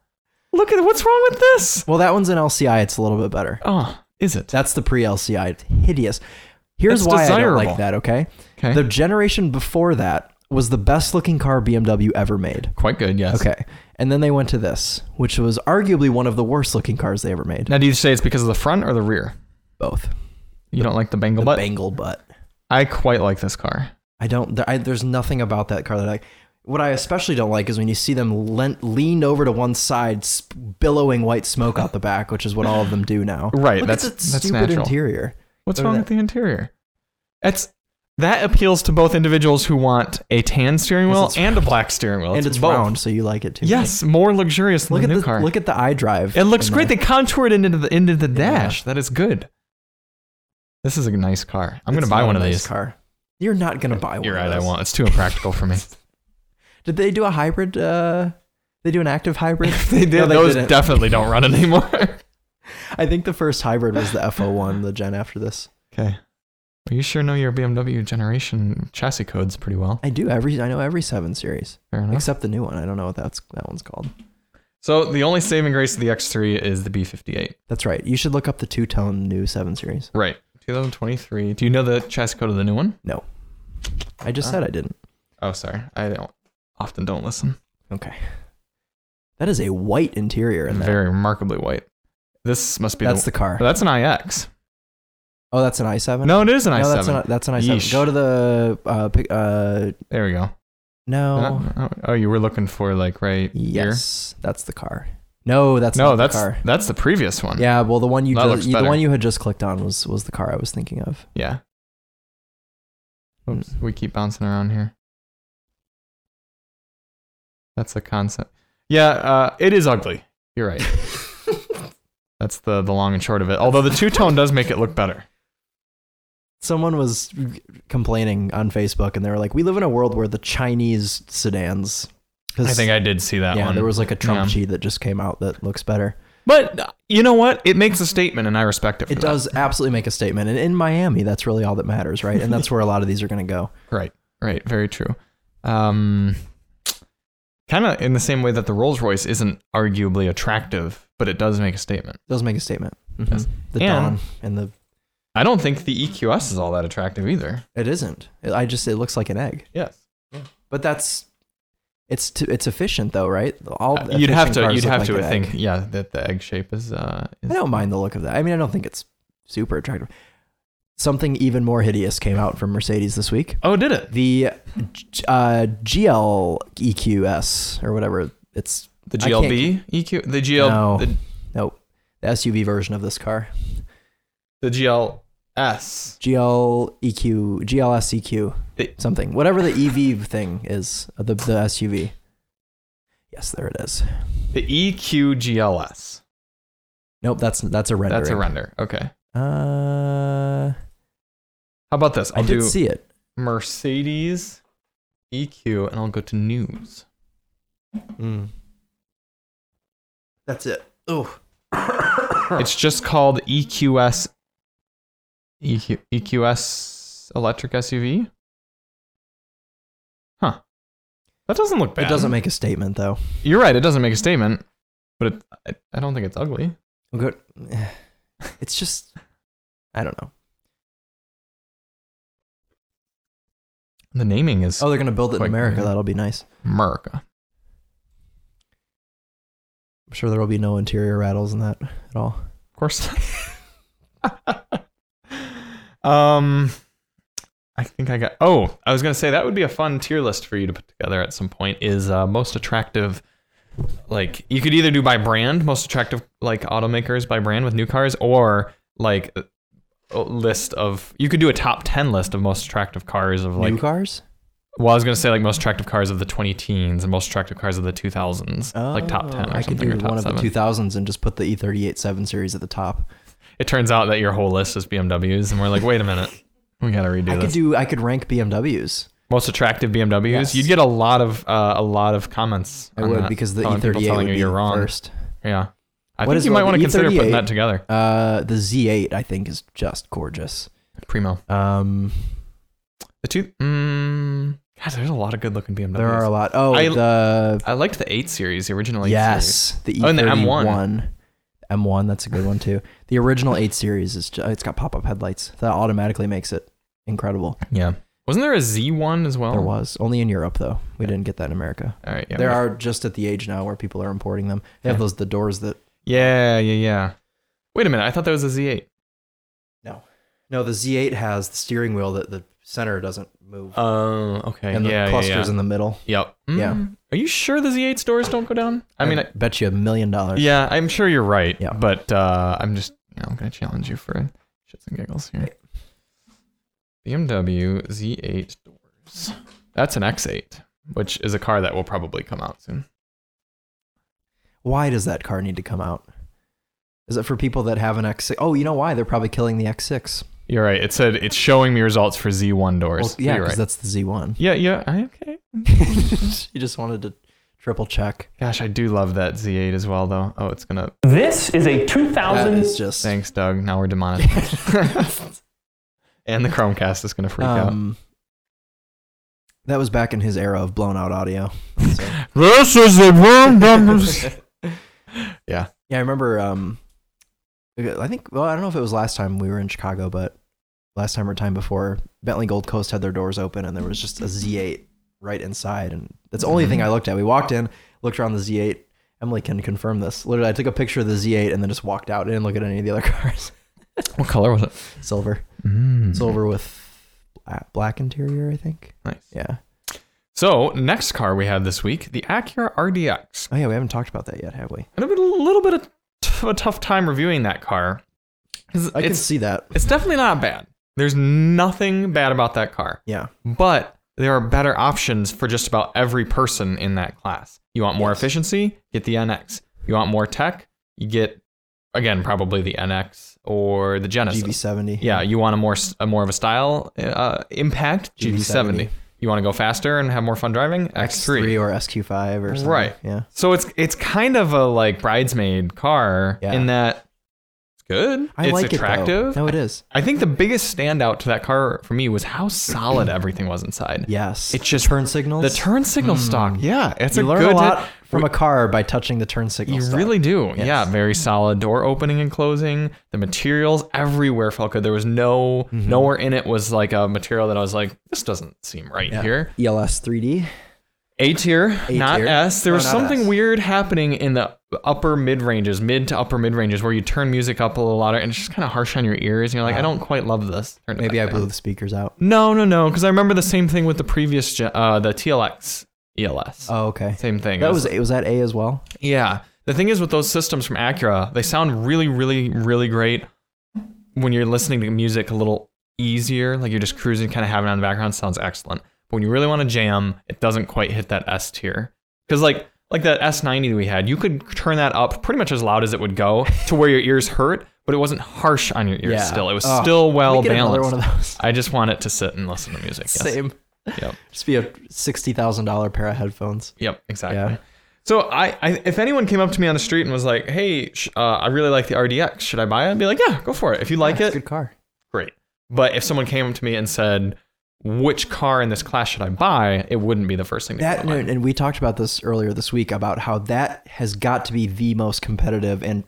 B: Look at what's wrong with this?
A: Well, that one's an LCI. It's a little bit better.
B: Oh, is it?
A: That's the pre-LCI. It's hideous. Here's
B: It's
A: why I don't
B: desirable.
A: like that. Okay?
B: Okay.
A: The generation before that was the best looking car BMW ever made.
B: Quite good, yes.
A: Okay. And then they went to this, which was arguably one of the worst looking cars they ever made.
B: Now, do you say it's because of the front or the rear?
A: Both.
B: You don't like the Bangle
A: The
B: butt?
A: bangle butt.
B: I quite like this car.
A: I don't. There, I, there's nothing about that car that I. What I especially don't like is when you see them lent, leaned over to one side, sp- billowing white smoke out the back, which is what all of them do now.
B: Right,
A: Look
B: that's-
A: at that
B: that's
A: stupid
B: natural.
A: interior.
B: What's
A: Look at
B: wrong
A: that.
B: with the interior? That's that appeals to both individuals who want a tan steering
A: Yes,
B: wheel
A: it's
B: and a black steering wheel.
A: and it's
B: both.
A: round, so you like it too.
B: Yes, more luxurious than
A: Look
B: the
A: at
B: new
A: the
B: car.
A: look at the iDrive.
B: it looks
A: in
B: great.
A: there.
B: They contoured it into the into the
A: Yeah.
B: dash. That is good. This is a nice car. I'm gonna
A: It's
B: buy
A: not
B: one
A: a
B: of
A: nice
B: these.
A: Car. You're not gonna buy one.
B: You're
A: of
B: right. I
A: those.
B: won't. It's too impractical for me.
A: Did they do a hybrid? Uh, they do an active hybrid.
B: they did.
A: No, they
B: those
A: didn't.
B: definitely don't run anymore.
A: I think the first hybrid was the FO1, the gen after this.
B: okay. Well, you sure know your BMW generation chassis codes pretty well.
A: I do every. I know every seven series
B: Fair enough.
A: except the new one. I don't know what that's that one's called.
B: So the only saving grace of the X3 is the B58.
A: That's right. You should look up the two tone new seven series.
B: Right. 2023. Do you know the chassis code of the new one?
A: No. I just said I didn't.
B: Oh, sorry. I don't often don't listen.
A: Okay. That is a white interior in there.
B: Very remarkably white. This must be
A: That's
B: the,
A: the car.
B: That's an IX.
A: Oh, that's an i7?
B: No, it is an
A: No,
B: i7.
A: that's an, that's an i7.
B: Yeesh.
A: Go to the. Uh, pic- uh,
B: There we go.
A: no.
B: Oh. oh, you were looking for like right
A: Yes. That's the car. No, that's
B: here. No,
A: not
B: that's
A: the car.
B: that's the previous one.
A: Yeah, well, the one you
B: That looks
A: just, the
B: better.
A: one you had just clicked on was was the car I was thinking of.
B: Yeah. Oops,
A: Mm.
B: we keep bouncing around here. That's the concept. Yeah, uh, it is ugly. You're right. That's the the long and short of it. Although the two tone does make it look better.
A: Someone was complaining on Facebook, and they were like, "We live in a world where the Chinese sedans." 'cause-
B: I think I did see that
A: yeah,
B: one.
A: there was like a
B: Yeah.
A: Trump Chi that just came out that looks better.
B: But uh, you know what? It makes a statement, and I respect it. For
A: It
B: that.
A: does absolutely make a statement, and in Miami, that's really all that matters, right? And that's where a lot of these are going to go.
B: Right. Right. Very true. Um, kind of in the same way that the Rolls Royce isn't arguably attractive, but it does make a statement.
A: It does make a statement. Mhm.
B: Yes.
A: The
B: And-
A: Dawn and the
B: I don't think the EQS is all that attractive either.
A: it isn't. It- I just it looks like an egg,
B: Yes.
A: but that's It's t- it's efficient though, right? All
B: Uh, you'd
A: efficient
B: have to
A: cars
B: you'd
A: look
B: have
A: like
B: to
A: an
B: I think
A: egg.
B: yeah that the egg shape is uh is,
A: I don't mind the look of that. I mean, I don't think it's super attractive. Something even more hideous came out from Mercedes this week.
B: oh did it
A: The G- uh, GL EQS or whatever it's
B: the
A: I can't-
B: GLB EQ E the GL
A: No.
B: the,
A: no the SUV version of this car.
B: the GLS
A: GL EQ GLS EQ
B: The-
A: E something whatever the EV thing is uh, the the SUV. Yes, there it is.
B: the E EQGLS
A: Nope, that's that's a rendering.
B: that's a render okay
A: Uh,
B: how about this
A: I
B: I'll
A: did
B: do
A: see it.
B: Mercedes EQ and I'll go to news
A: That's it. Oh,
B: it's just called E EQS EQ, EQS E electric SUV huh that doesn't look bad
A: it doesn't make a statement though.
B: You're right. It doesn't make a statement, but it, I, I don't think it's ugly.
A: We'll go- It's just, I don't know.
B: The naming is
A: Oh, they're gonna build it in
B: Quite
A: America.
B: good.
A: That'll be nice.
B: Merca.
A: I'm sure there will be no interior rattles in that at all.
B: Of course. um, I think I got. Oh, I was gonna say that would be a fun tier list for you to put together at some point. Is uh, most attractive. Like you could either do by brand, most attractive like automakers by brand with new cars, or like a- a list of you could do a top ten list of most attractive cars of like
A: New cars?
B: Well, I was gonna say like most attractive cars of the 2010s and most attractive cars of the 2000s, like top 10 or
A: Oh, I could
B: something,
A: do
B: or top
A: one of
B: seven.
A: the 2000s and just put the E38 7 Series at the top.
B: it turns out that your whole list is BMWs, and we're like, wait a minute, we gotta redo
A: I
B: this.
A: could do. I could rank BMWs.
B: most attractive BMWs.
A: Yes.
B: You'd get a lot of uh, a lot of comments.
A: I
B: on
A: would
B: that,
A: because the
B: telling- people
A: E38 would
B: telling
A: be
B: you you're wrong.
A: first.
B: Yeah, I
A: What
B: think
A: is E
B: you
A: the-
B: might want
A: the
B: to consider putting
A: E38?
B: that together.
A: Uh, the Z8 I think is just gorgeous.
B: Primo.
A: Um,
B: The two. Mm, God, there's a lot of good looking BMWs.
A: there are a lot. Oh,
B: I-
A: the
B: I liked the eight series, the original eight series.
A: yes, the E31.
B: Oh, and the M1.
A: M1, that's a good one too. The original 8 series is ju- it's got pop-up headlights. That automatically makes it incredible.
B: Yeah. Wasn't there a Z1 as well?
A: There was only in Europe though. We didn't get that in America.
B: All right. Oh. Yeah.
A: There
B: we-
A: are just at the age now where people are importing them. They have
B: Yeah.
A: those the doors that
B: Yeah, yeah, yeah. Wait a minute. I thought that was a Z8.
A: No, the Z8 has the steering wheel that the center doesn't move
B: Oh, okay. Hmm.
A: and the
B: yeah,
A: clusters
B: yeah, yeah.
A: in the middle.
B: Yep.
A: Yeah.
B: Are you sure the Z8's doors don't go down? I mean, I,
A: bet you a million dollars.
B: yeah, I'm sure you're right.
A: Yeah.
B: But uh, I'm just, you know, I'm gonna challenge you for shits and giggles here. BMW Z8 doors. That's an X8, which is a car that will probably come out soon.
A: Why does that car need to come out? Is it for people that have an X6? Oh, you know why? They're probably killing the X6.
B: You're right. It said it's showing me results for Z1 doors.
A: Well, yeah,
B: you're
A: because
B: right.
A: that's the Z1.
B: Yeah, yeah. I, okay.
A: you just wanted to triple check.
B: Gosh, I do love that Z8 as well, though. Oh, it's gonna.
D: This is a
A: That
D: 2000.
A: is just.
B: Thanks, Doug. Now we're demonetized. and the Chromecast is going to freak
A: Um, that was back in his era of blown out audio. So.
B: out. This is the room numbers.
A: Yeah, I remember. Um, I think. Well, I don't know if it was last time we were in Chicago, but last time or time before, Bentley Gold Coast had their doors open, and there was just a Z8 right inside, and that's the only thing I looked at. We walked in, looked around the Z8. Emily can confirm this. Literally, I took a picture of the Z8 and then just walked out. I didn't look at any of the other cars.
B: what color was it?
A: Silver,
B: Mm.
A: silver with bla- black interior, I think.
B: Nice.
A: Yeah.
B: So, next car we had this week, the Acura RDX.
A: Oh yeah, we haven't talked about that yet, have we?
B: I had a little, little bit of t- a tough time reviewing that car. 'Cause
A: I can
B: It's,
A: see that.
B: it's definitely not bad. There's nothing bad about that car.
A: Yeah.
B: but there are better options for just about every person in that class. You want more efficiency? Get the NX. You want more tech? You get again probably the NX or the Genesis.
A: GB70.
B: Yeah, you want a more s- a more of a style uh, impact GT70.
A: GV70.
B: You want to go faster and have more fun driving
A: X3 or SQ5 or something.
B: Right.
A: Yeah.
B: So it's it's kind of a like bridesmaid car
A: Yeah.
B: in that it's good.
A: I
B: it's
A: like
B: attractive.
A: it. Though. No, it is.
B: I think the biggest standout to that car for me was how solid everything was inside.
A: Yes.
B: It just
A: turn signals.
B: The turn signal stock. Yeah, it's
A: you
B: a
A: learn
B: good
A: a lot from a car by touching the turn signal.
B: You
A: stock.
B: really do.
A: Yes.
B: Yeah, very solid door opening and closing. The materials everywhere felt good. There was no
A: Mm-hmm. E
B: nowhere in it was like a material that I was like this doesn't seem right
A: Yeah.
B: here.
A: ELS 3D.
B: A tier, not
A: tier.
B: S. There
A: No,
B: was
A: not
B: something
A: S.
B: weird happening in the upper mid ranges, mid to upper mid ranges, where you turn music up a little louder and it's just kind of harsh on your ears. And you're like, I don't quite love this. Turn it
A: Maybe I
B: back down.
A: blew the speakers out.
B: No, no, no. Because I remember the same thing with the previous, gen- uh, the TLX ELS.
A: Oh, okay.
B: E Same thing.
A: That
B: It
A: was was that A as well.
B: yeah. The thing is with those systems from Acura, they sound really, really, really great when you're listening to music a little easier. Like you're just cruising, kind of having it on the background sounds excellent. But when you really want to jam, it doesn't quite hit that S tier. Because like like that S90 we had, you could turn that up pretty much as loud as it would go to where your ears hurt, but it wasn't harsh on your ears.
A: Yeah.
B: Still, it was
A: Oh,
B: still well
A: we get another
B: balanced.
A: one of those.
B: I just want it to sit and listen to music. Yes.
A: Same.
B: Yep.
A: Just be a sixty thousand dollar pair of headphones.
B: Yep, exactly.
A: Yeah.
B: So I, I, if anyone came up to me on the street and was like, "Hey, sh- uh, I really like the RDX. Should I buy it?" I'd be like, "Yeah, go for it. If you like
A: Yeah, it's
B: it,
A: a good car.
B: great." But if someone came up to me and said, "Which car in this class should I buy?" It wouldn't be the first thing.
A: That
B: That
A: and, and we talked about this earlier this week about how that has got to be the most competitive and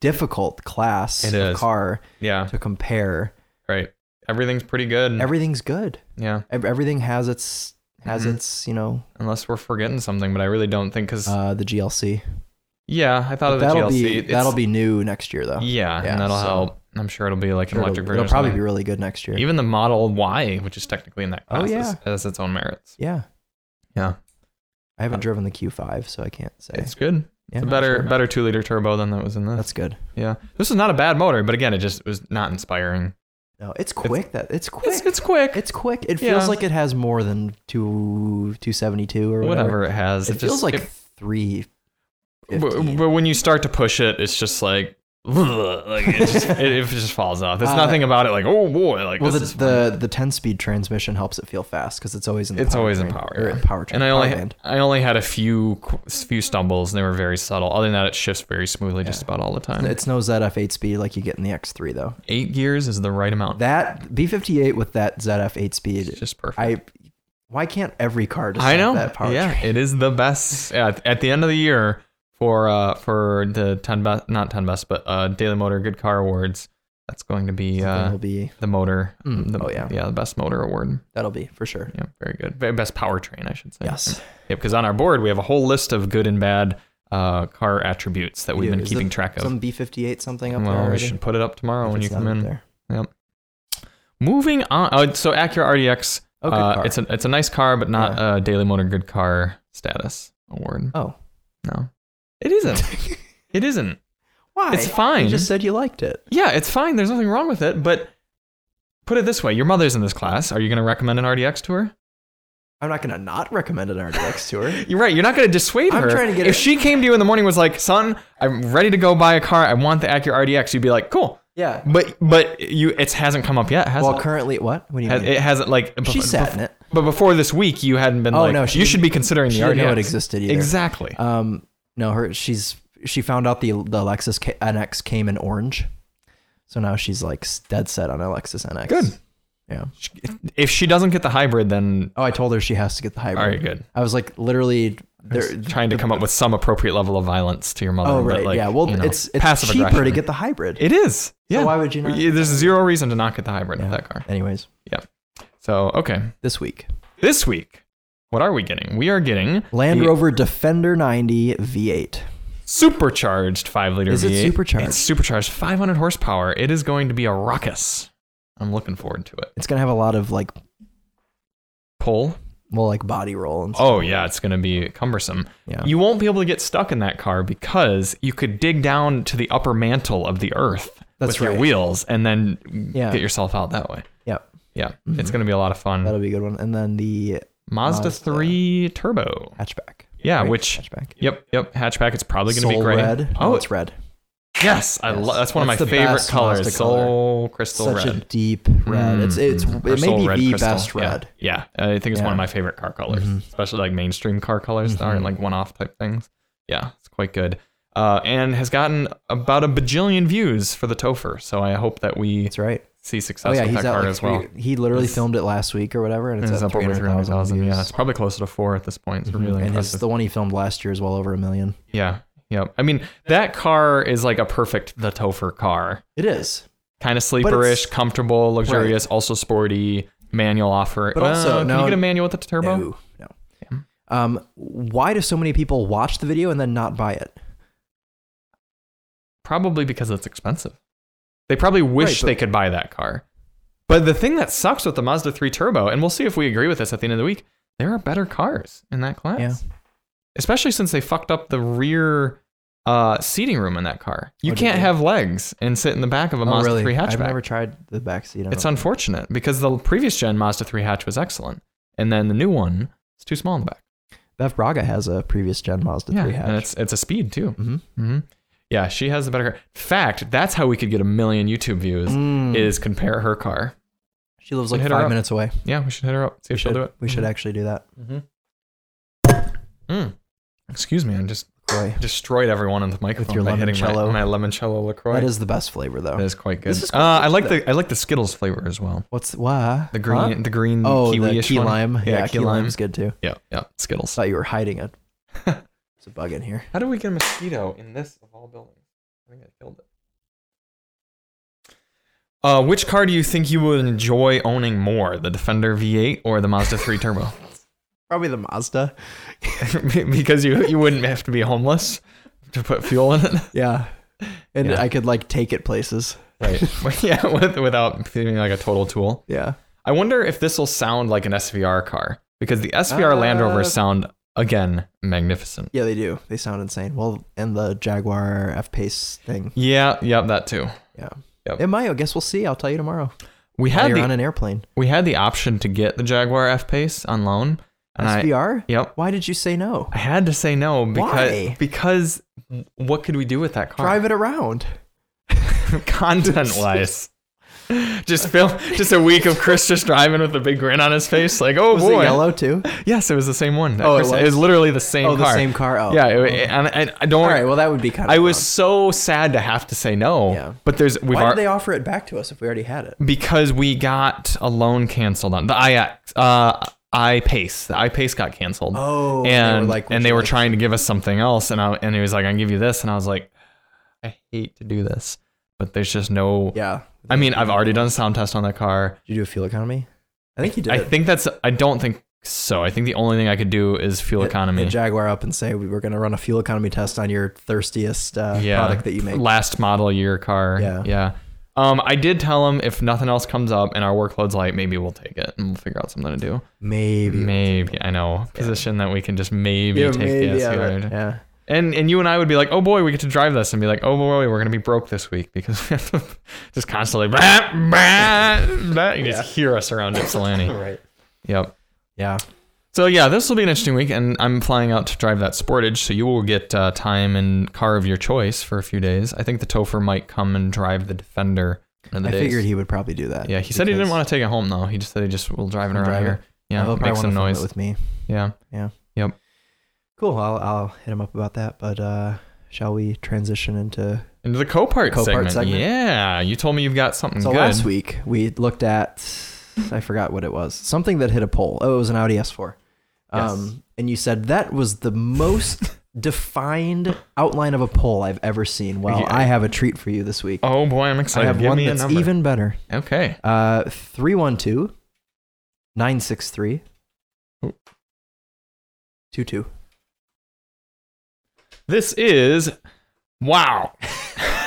A: difficult class
B: It
A: of
B: is.
A: car
B: yeah,
A: to compare.
B: right. Everything's pretty good.
A: Everything's good.
B: yeah,
A: Ev- Everything has its has
B: Mm-hmm.
A: its you know
B: unless we're forgetting something, but I really don't think because
A: uh, the GLC.
B: yeah, I thought of the
A: That'll
B: GLC.
A: be
B: It's-
A: that'll be new next year though.
B: yeah,
A: yeah,
B: and that'll
A: so-
B: help. I'm sure it'll be like an
A: It'll-
B: electric
A: it'll,
B: version. or
A: probably be
B: something.
A: really good next year.
B: even the Model Y, which is technically in that
A: Oh,
B: class,
A: yeah.
B: is- has its own merits.
A: yeah,
B: Yeah,
A: I haven't driven the Q5, so I can't say.
B: Uh, it's good.
A: Yeah,
B: It's a
A: no,
B: better
A: sure.
B: better two liter turbo than that was in this.
A: That's good.
B: yeah, this is not a bad motor, but again, it just was not inspiring.
A: No, it's quick. that it's quick.
B: It's,
A: It's,
B: it's quick,
A: quick. It
B: Yeah.
A: feels like it has more than two two seventy two or whatever.
B: whatever it has.
A: It,
B: just-
A: feels like
B: it-
A: three.
B: but,
A: 15.
B: but when you start to push it, it's just like. like it just, it, it just falls off. There's
A: Uh,
B: nothing about it like oh boy like
A: well, the,
B: this is
A: the the ten speed transmission helps it feel fast because it's always in. The
B: It's always in
A: powertrain-
B: power,
A: Or
B: yeah.
A: in powertrain.
B: and I only
A: powerband.
B: I only had a few qu- few stumbles and they were very subtle. Other than that, it shifts very smoothly just about all the time.
A: It's no ZF eight speed like you get in the X three though.
B: Eight gears is the right amount.
A: That B fifty eight with that ZF eight
B: It's
A: speed.
B: just perfect.
A: I. Why can't every car just
B: I
A: have
B: know.
A: that powertrain?
B: yeah, it is the best at, at the end of the year for uh for the ten best not ten best but uh Daily Motor Good Car Awards. That's going to be
A: Something
B: uh
A: will be
B: the motor.
A: Mm,
B: the,
A: oh, yeah.
B: yeah, the best motor award.
A: that'll be for sure.
B: Yeah, very good. Very best powertrain, I should say.
A: Yes.
B: Yeah, because on our board we have a whole list of good and bad uh car attributes that we've
A: Yeah,
B: been
A: is
B: keeping
A: the-
B: track of.
A: Some B fifty eight something up there.
B: well, we
A: already?
B: should put it up tomorrow
A: If
B: when you
A: it's
B: come
A: not up
B: in.
A: there.
B: Moving on. Oh, so Acura RDX.
A: Oh, good
B: uh,
A: car.
B: It's a it's a nice car, but not a Daily Motor Good Car status award.
A: Oh.
B: no, it isn't. it isn't.
A: Why?
B: It's fine.
A: You just said you liked it.
B: Yeah, it's fine. There's nothing wrong with it. But put it this way: your mother's in this class. Are you going to recommend an RDX to her?
A: I'm not gonna not recommend an RDX to her.
B: You're right. You're not going to dissuade
A: I'm
B: her.
A: trying to get
B: if
A: it-
B: she came to you in the morning and was like, "Son, I'm ready to go buy a car. I want the Acura RDX," you'd be like, "Cool."
A: Yeah.
B: But but you it hasn't come up yet, has
A: Well,
B: it?
A: currently, what? What do you
B: Has-
A: mean?
B: It hasn't like
A: she
B: bef-
A: sat
B: bef-
A: in it.
B: But before this week, you hadn't been
A: Oh,
B: like,
A: no, she
B: you
A: didn't-
B: should be considering the
A: She didn't know it
B: RDX."
A: existed either.
B: Exactly.
A: Um, no, her. She's she found out the the Lexus K- NX came in orange, so now she's like s- dead set on a Lexus NX.
B: Good.
A: Yeah.
B: If she doesn't get the hybrid, then
A: Oh, I told her she has to get the hybrid.
B: all right, good.
A: I was like, literally,
B: They're
A: they're.
B: trying to come up with some appropriate level of violence to your mother.
A: Oh
B: but,
A: right,
B: like,
A: yeah. Well,
B: you know,
A: it's it's
B: passive
A: cheaper to
B: aggression.
A: get the hybrid.
B: It is. Yeah.
A: why would you not-
B: Yeah, There's zero reason to not get the hybrid of
A: Yeah.
B: that car.
A: Anyways,
B: So okay,
A: this week,
B: this week, what are we getting? We are getting
A: Land
B: the
A: Rover Defender 90 V8.
B: supercharged five liter.
A: Is it
B: V8.
A: supercharged?
B: It's supercharged, 500 horsepower. It is going to be a ruckus. I'm looking forward to it.
A: It's gonna have a lot of like,
B: Pull.
A: well, like body roll and stuff.
B: Oh yeah, it's going to be cumbersome.
A: Yeah.
B: You won't be able to get stuck in that car because you could dig down to the upper mantle of the earth
A: That's
B: with your
A: right.
B: wheels and then
A: Yeah.
B: get yourself out that way.
A: Yeah,
B: Yeah, it's going to be a lot of fun.
A: that'll be a good one. And then the
B: Mazda,
A: Mazda.
B: 3 Turbo.
A: hatchback.
B: Yeah,
A: right?
B: which
A: hatchback?
B: Yep, yep. Hatchback. It's probably going to be
A: Soul
B: gray.
A: red.
B: Oh,
A: it's red.
B: yes, I
A: Yes.
B: love. That's one
A: That's
B: of
A: the
B: my favorite
A: best
B: colors.
A: Mazda color.
B: Soul crystal
A: Such a
B: red.
A: deep red. It's it's
B: Mm, or
A: it may
B: soul
A: be
B: red
A: the
B: crystal.
A: best
B: Yeah.
A: red.
B: Yeah, I think it's one of
A: Yeah. Mm-hmm.
B: my favorite car colors, especially like mainstream car colors that aren't like one-off type things. Yeah, it's quite good. Uh, and has gotten about a bajillion views for the Topher, so I hope that we
A: That's right.
B: see
A: Oh
B: success
A: yeah,
B: with
A: he's
B: that
A: at
B: car
A: like
B: as well.
A: three- he literally filmed it last week or whatever, and it's,
B: And it's
A: at
B: up over 300,000.
A: 300,000
B: Yeah,
A: views. Mm-hmm.
B: it's probably closer to four at this point. It's really
A: and his,
B: impressive.
A: the one he filmed last year is well over a million.
B: yeah, yeah. I mean, that car is like a perfect the Topher car.
A: It is,
B: Kind of sleeperish, comfortable, luxurious, also sporty. Manual offer,
A: But
B: Well,
A: also-
B: can
A: no-
B: you get a manual with a turbo?
A: No, no. Um, why do so many people watch the video and then not buy it?
B: Probably because it's expensive. They probably wish
A: but-
B: they could buy that car. But the thing that sucks with the Mazda 3 Turbo, and we'll see if we agree with this at the end of the week, there are better cars in that class.
A: Yeah.
B: Especially since they fucked up the rear uh, seating room in that car. You
A: Oh, did
B: can't
A: they?
B: have legs and sit in the back of a
A: oh,
B: Mazda
A: really?
B: 3 hatchback.
A: I've never tried the backseat.
B: It's unfortunate because the previous gen Mazda 3 hatch was excellent, and then the new one is too small in the back.
A: Bev Braga has a previous gen Mazda
B: yeah,
A: 3
B: and
A: hatch.
B: it's it's a speed too.
A: Mhm.
B: hmm Yeah, she has the better car. Fact, that's how we could get a million YouTube views
A: Mm.
B: is compare her car.
A: she lives
B: we
A: like
B: hit her
A: five
B: up.
A: minutes away.
B: Yeah, we should hit her up. See
A: We
B: if
A: should,
B: she'll do it. Mm-hmm. Hmm.
A: we should Mm-hmm. actually do that.
B: Excuse me, I just
A: Boy,
B: destroyed everyone on the microphone
A: your
B: by hitting
A: limoncello.
B: my, my limoncello Lacroix.
A: that is the best flavor though.
B: That is quite good.
A: This is
B: uh,
A: quite
B: I
A: good
B: like
A: though.
B: the I like the Skittles flavor as well.
A: What's why
B: The green the green
A: Oh,
B: kiwi
A: the key
B: one.
A: lime.
B: Yeah,
A: Yeah,
B: key
A: key,
B: lime.
A: lime's good too.
B: Yeah, yeah, Skittles.
A: Thought you were hiding it. It's a bug in here.
B: How do we get a mosquito in this of all buildings? I think I killed it. Uh, which car do you think you would enjoy owning more, the Defender V8 or the Mazda 3 Turbo?
A: Probably the Mazda.
B: because you you wouldn't have to be homeless to put fuel in it,
A: Yeah. And
B: Yeah.
A: I could like take it places.
B: right? yeah, with, without feeling like a total tool.
A: Yeah.
B: I wonder if this will sound like an SVR car because the SVR Land
A: Uh,
B: Rovers sound again magnificent.
A: Yeah, they do. They sound insane. Well, and the Jaguar F Pace thing.
B: Yeah, yeah, that too.
A: Yeah.
B: Yep.
A: It might. I guess we'll see. I'll tell you tomorrow.
B: We
A: While
B: had
A: you're
B: the
A: on an airplane.
B: we had the option to get the Jaguar F Pace on loan, and I
A: SVR?
B: yep,
A: Why did you say no?
B: I had to say no because
A: Why?
B: because what could we do with that car?
A: Drive it around.
B: content wise. Just film, just a week of Chris just driving with a big grin on his face, like, oh
A: Was
B: boy.
A: it yellow too?
B: Yes, it was the same one. that
A: Oh, it
B: Chris-
A: was?
B: literally the same
A: oh,
B: car.
A: the same car. Oh,
B: Yeah, it, it- and I, I don't.
A: All right. Well, that would be kind of.
B: I was so sad to have to say no.
A: Yeah.
B: But there's we've
A: Why
B: ar-
A: did they offer it back to us if we already had it?
B: because we got a loan canceled on the IX, uh, iPace. The iPace got canceled.
A: Oh, they were
B: and and they were,
A: like, would you like-
B: trying to give us something else, and I and he was like, "I can give you this," and I was like, "I hate to do this, but there's just no."
A: Yeah.
B: I mean, I've already done a sound test on that car.
A: Did you do a fuel economy? I think you did.
B: I think that's. I don't think so. I think the only thing I could do is fuel
A: Hit-
B: economy.
A: hit Jaguar up and say we were going to run a fuel economy test on your thirstiest uh, product that you make.
B: Last model year car.
A: Yeah.
B: Yeah. Um, I did tell him if nothing else comes up and our workload's light, maybe we'll take it and we'll figure out something to do.
A: Maybe.
B: Maybe I know position that we can just maybe
A: Yeah,
B: take
A: maybe,
B: the
A: yeah,
B: SVR.
A: but- yeah.
B: And and you and I would be like, oh boy, we get to drive this, and be like, oh boy, we're gonna be broke this week because we have to just constantly bah, bah, bah. you just hear us around Ypsilanti.
A: Right.
B: Yep.
A: Yeah.
B: So yeah, this will be an interesting week, and I'm flying out to drive that Sportage, so you will get uh, time and car of your choice for a few days. I think the Topher might come and drive the Defender. one of the
A: I
B: days.
A: figured he would probably do that.
B: Yeah, he said he didn't want to take it home though. He just said he just will drive it
A: He'll
B: around
A: drive
B: here.
A: it.
B: Yeah, make some noise.
A: with me.
B: yeah.
A: Cool. I'll, I'll hit him up about that. But uh, shall we transition into?
B: Into the Copart,
A: Copart
B: segment.
A: segment.
B: Yeah, you told me you've got something
A: So
B: good.
A: last week we looked at I forgot what it was something that hit a pole. Oh, it was an Audi S4. Um,
B: Yes.
A: and you said that was the most defined outline of a poll I've ever seen. Well,
B: Yeah.
A: I have a treat for you this week.
B: Oh boy, I'm excited.
A: I have
B: Give
A: one
B: me a
A: that's
B: number.
A: even better.
B: Okay.
A: Uh, 312 963
B: Oh.
A: 22.
B: This is wow.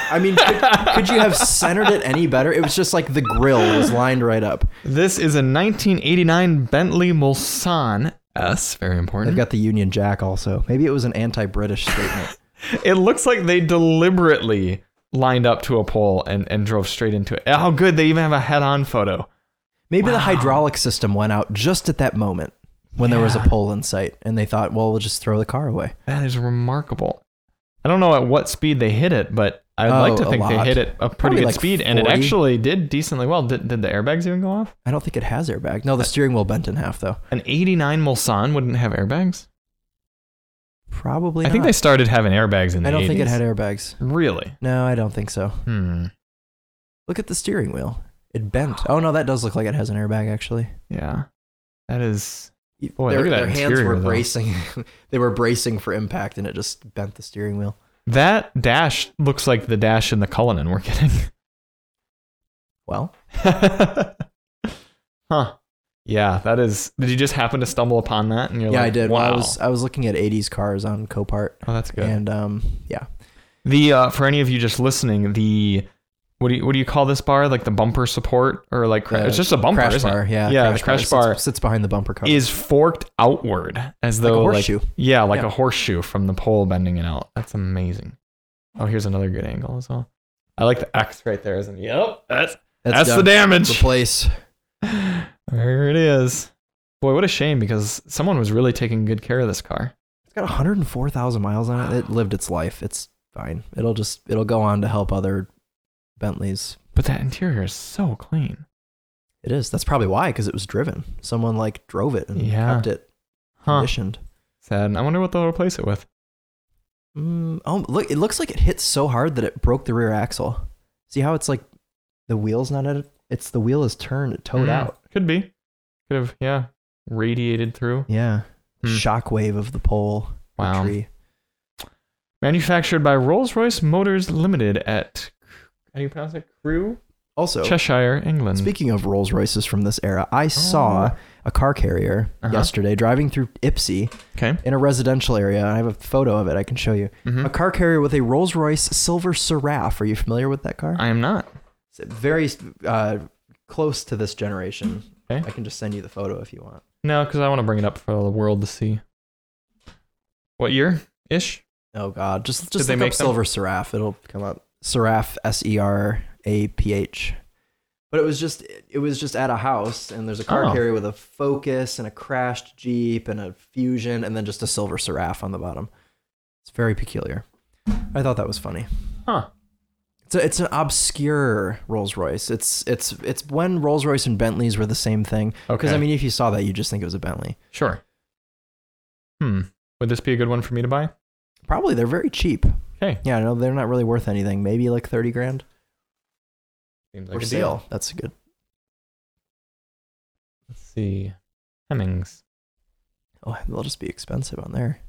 A: I mean, could, could you have centered it any better? It was just like the grill was lined right up.
B: This is a 1989 Bentley Mulsanne S. Very
A: They've
B: important.
A: got the Union Jack also. Maybe it was an anti British statement.
B: it looks like they deliberately lined up to a pole and, and drove straight into it. How good they even have a head-on photo.
A: Maybe the hydraulic system went out just at that moment when there was a pole in sight and they thought, well, we'll just throw the car away.
B: That is remarkable. I don't know at what speed they hit it, but I'd
A: Oh,
B: like to
A: a
B: think they
A: lot.
B: hit it a pretty
A: Probably
B: good
A: like
B: speed, and it
A: 40.
B: actually did decently well. Did, did the airbags even go off?
A: I don't think it has airbag. No, the steering wheel bent in half though.
B: An 89 Mulsanne wouldn't have airbags.
A: Probably.
B: I think
A: not.
B: they started having airbags in the
A: I don't think it
B: 80s.
A: had airbags.
B: Really?
A: No, I don't think so.
B: Hmm.
A: Look at the steering wheel. It bent. Oh no, that does look like it has an airbag actually.
B: Yeah. That is.
A: You-
B: Boy,
A: their
B: look at that
A: their hands
B: interior,
A: were
B: though.
A: bracing. they were bracing for impact, and it just bent the steering wheel.
B: That dash looks like the dash in the Cullinan we're getting.
A: Well,
B: huh. Yeah, that is. Did you just happen to stumble upon that? And you're
A: yeah,
B: like,
A: I did. Well,
B: Wow,
A: I was I was looking at 80s cars on Copart,
B: oh, that's good.
A: and um, yeah,
B: the uh, for any of you just listening, the what do you what do you call this bar? Like the bumper support or like cra-
A: The
B: it's just a bumper,
A: crash
B: isn't
A: bar.
B: it?
A: Yeah,
B: yeah. the crash bar
A: sits, sits behind the bumper cover.
B: is forked outward as though
A: horseshoe.
B: yeah, like
A: Yeah.
B: a horseshoe from the pole bending it out. That's amazing. Oh, here's another good angle as well. I like the X right there, isn't it? Yep, that's that's, the
A: done.
B: damage.
A: Replace.
B: There it is. Boy, what a shame because someone was really taking good care of this car.
A: It's got 104,000 miles on it. It lived its life. It's fine. It'll just it'll go on to help other Bentleys.
B: But that interior is so clean.
A: It is. That's probably why, because it was driven. Someone like drove it and
B: Yeah.
A: kept it
B: Huh.
A: conditioned.
B: Sad. I wonder what they'll replace it with.
A: Mm, oh, look! It looks like it hit so hard that it broke the rear axle. See how it's like the wheel's not at it. It's the wheel is turned, towed
B: Mm,
A: out.
B: Could be. Could have, yeah. Radiated through.
A: Yeah.
B: Hmm.
A: Shockwave of the pole. the
B: Wow.
A: tree.
B: Manufactured by Rolls Royce Motors Limited at, how do you pronounce it? Crewe?
A: Also,
B: Cheshire, England.
A: Speaking of Rolls Royces from this era,
B: Oh.
A: I saw a car carrier
B: Uh-huh.
A: yesterday driving through Ipsy
B: okay.
A: in a residential area. I have a photo of it I can show you.
B: Mm-hmm. Hmm?
A: A car carrier with a Rolls Royce Silver Seraph. Are you familiar with that car?
B: I am not.
A: It's very uh, close to this generation.
B: Okay.
A: I can just send you the photo if you want.
B: No, because I want to bring it up for the world to see. What year ish?
A: Oh God, just
B: Did
A: just
B: they
A: look
B: make
A: up
B: them?
A: Silver Seraph. It'll come up. Seraph, S E R A P H. But it was just it was just at a house, and there's a car
B: Oh.
A: carrier with a Focus and a crashed Jeep and a Fusion, and then just a Silver Seraph on the bottom. It's very peculiar. I thought that was funny.
B: Huh.
A: It's a, it's an obscure Rolls Royce. It's it's it's when Rolls Royce and Bentleys were the same thing.
B: Okay.
A: Because I mean, if you saw that, you just think it was a Bentley.
B: Sure. Hmm. Would this be a good one for me to buy?
A: Probably they're very cheap.
B: Okay.
A: Yeah, no, they're not really worth anything. Maybe like thirty grand.
B: Seems
A: or
B: a
A: sale.
B: deal.
A: That's good.
B: Let's see. Hemmings.
A: Oh, they'll just be expensive on there.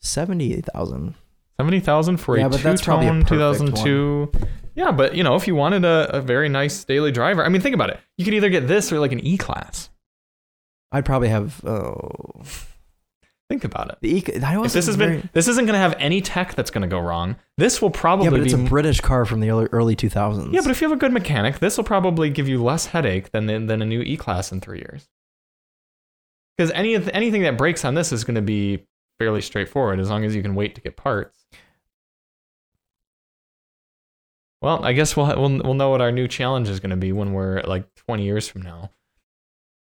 A: Seventy thousand.
B: 70,000 for
A: Yeah,
B: a
A: but that's probably a
B: two-tone
A: perfect
B: 2002. Yeah, but you know, if you wanted a, a very nice daily driver, I mean, think about it. You could either get this or like an E-Class.
A: I'd probably have. Oh,
B: Think about it.
A: the eco. I
B: If
A: was
B: this has been this isn't going to have any tech that's going to go wrong. This will probably
A: Yeah, but
B: be
A: it's a British car from the early- early two thousands.
B: Yeah, but if you have a good mechanic, this will probably give you less headache than than a new E class in three years. Because any of- anything that breaks on this is going to be fairly straightforward as long as you can wait to get parts. Well, I guess we'll ha- we'll, we'll know what our new challenge is going to be when we're like 20 years from now.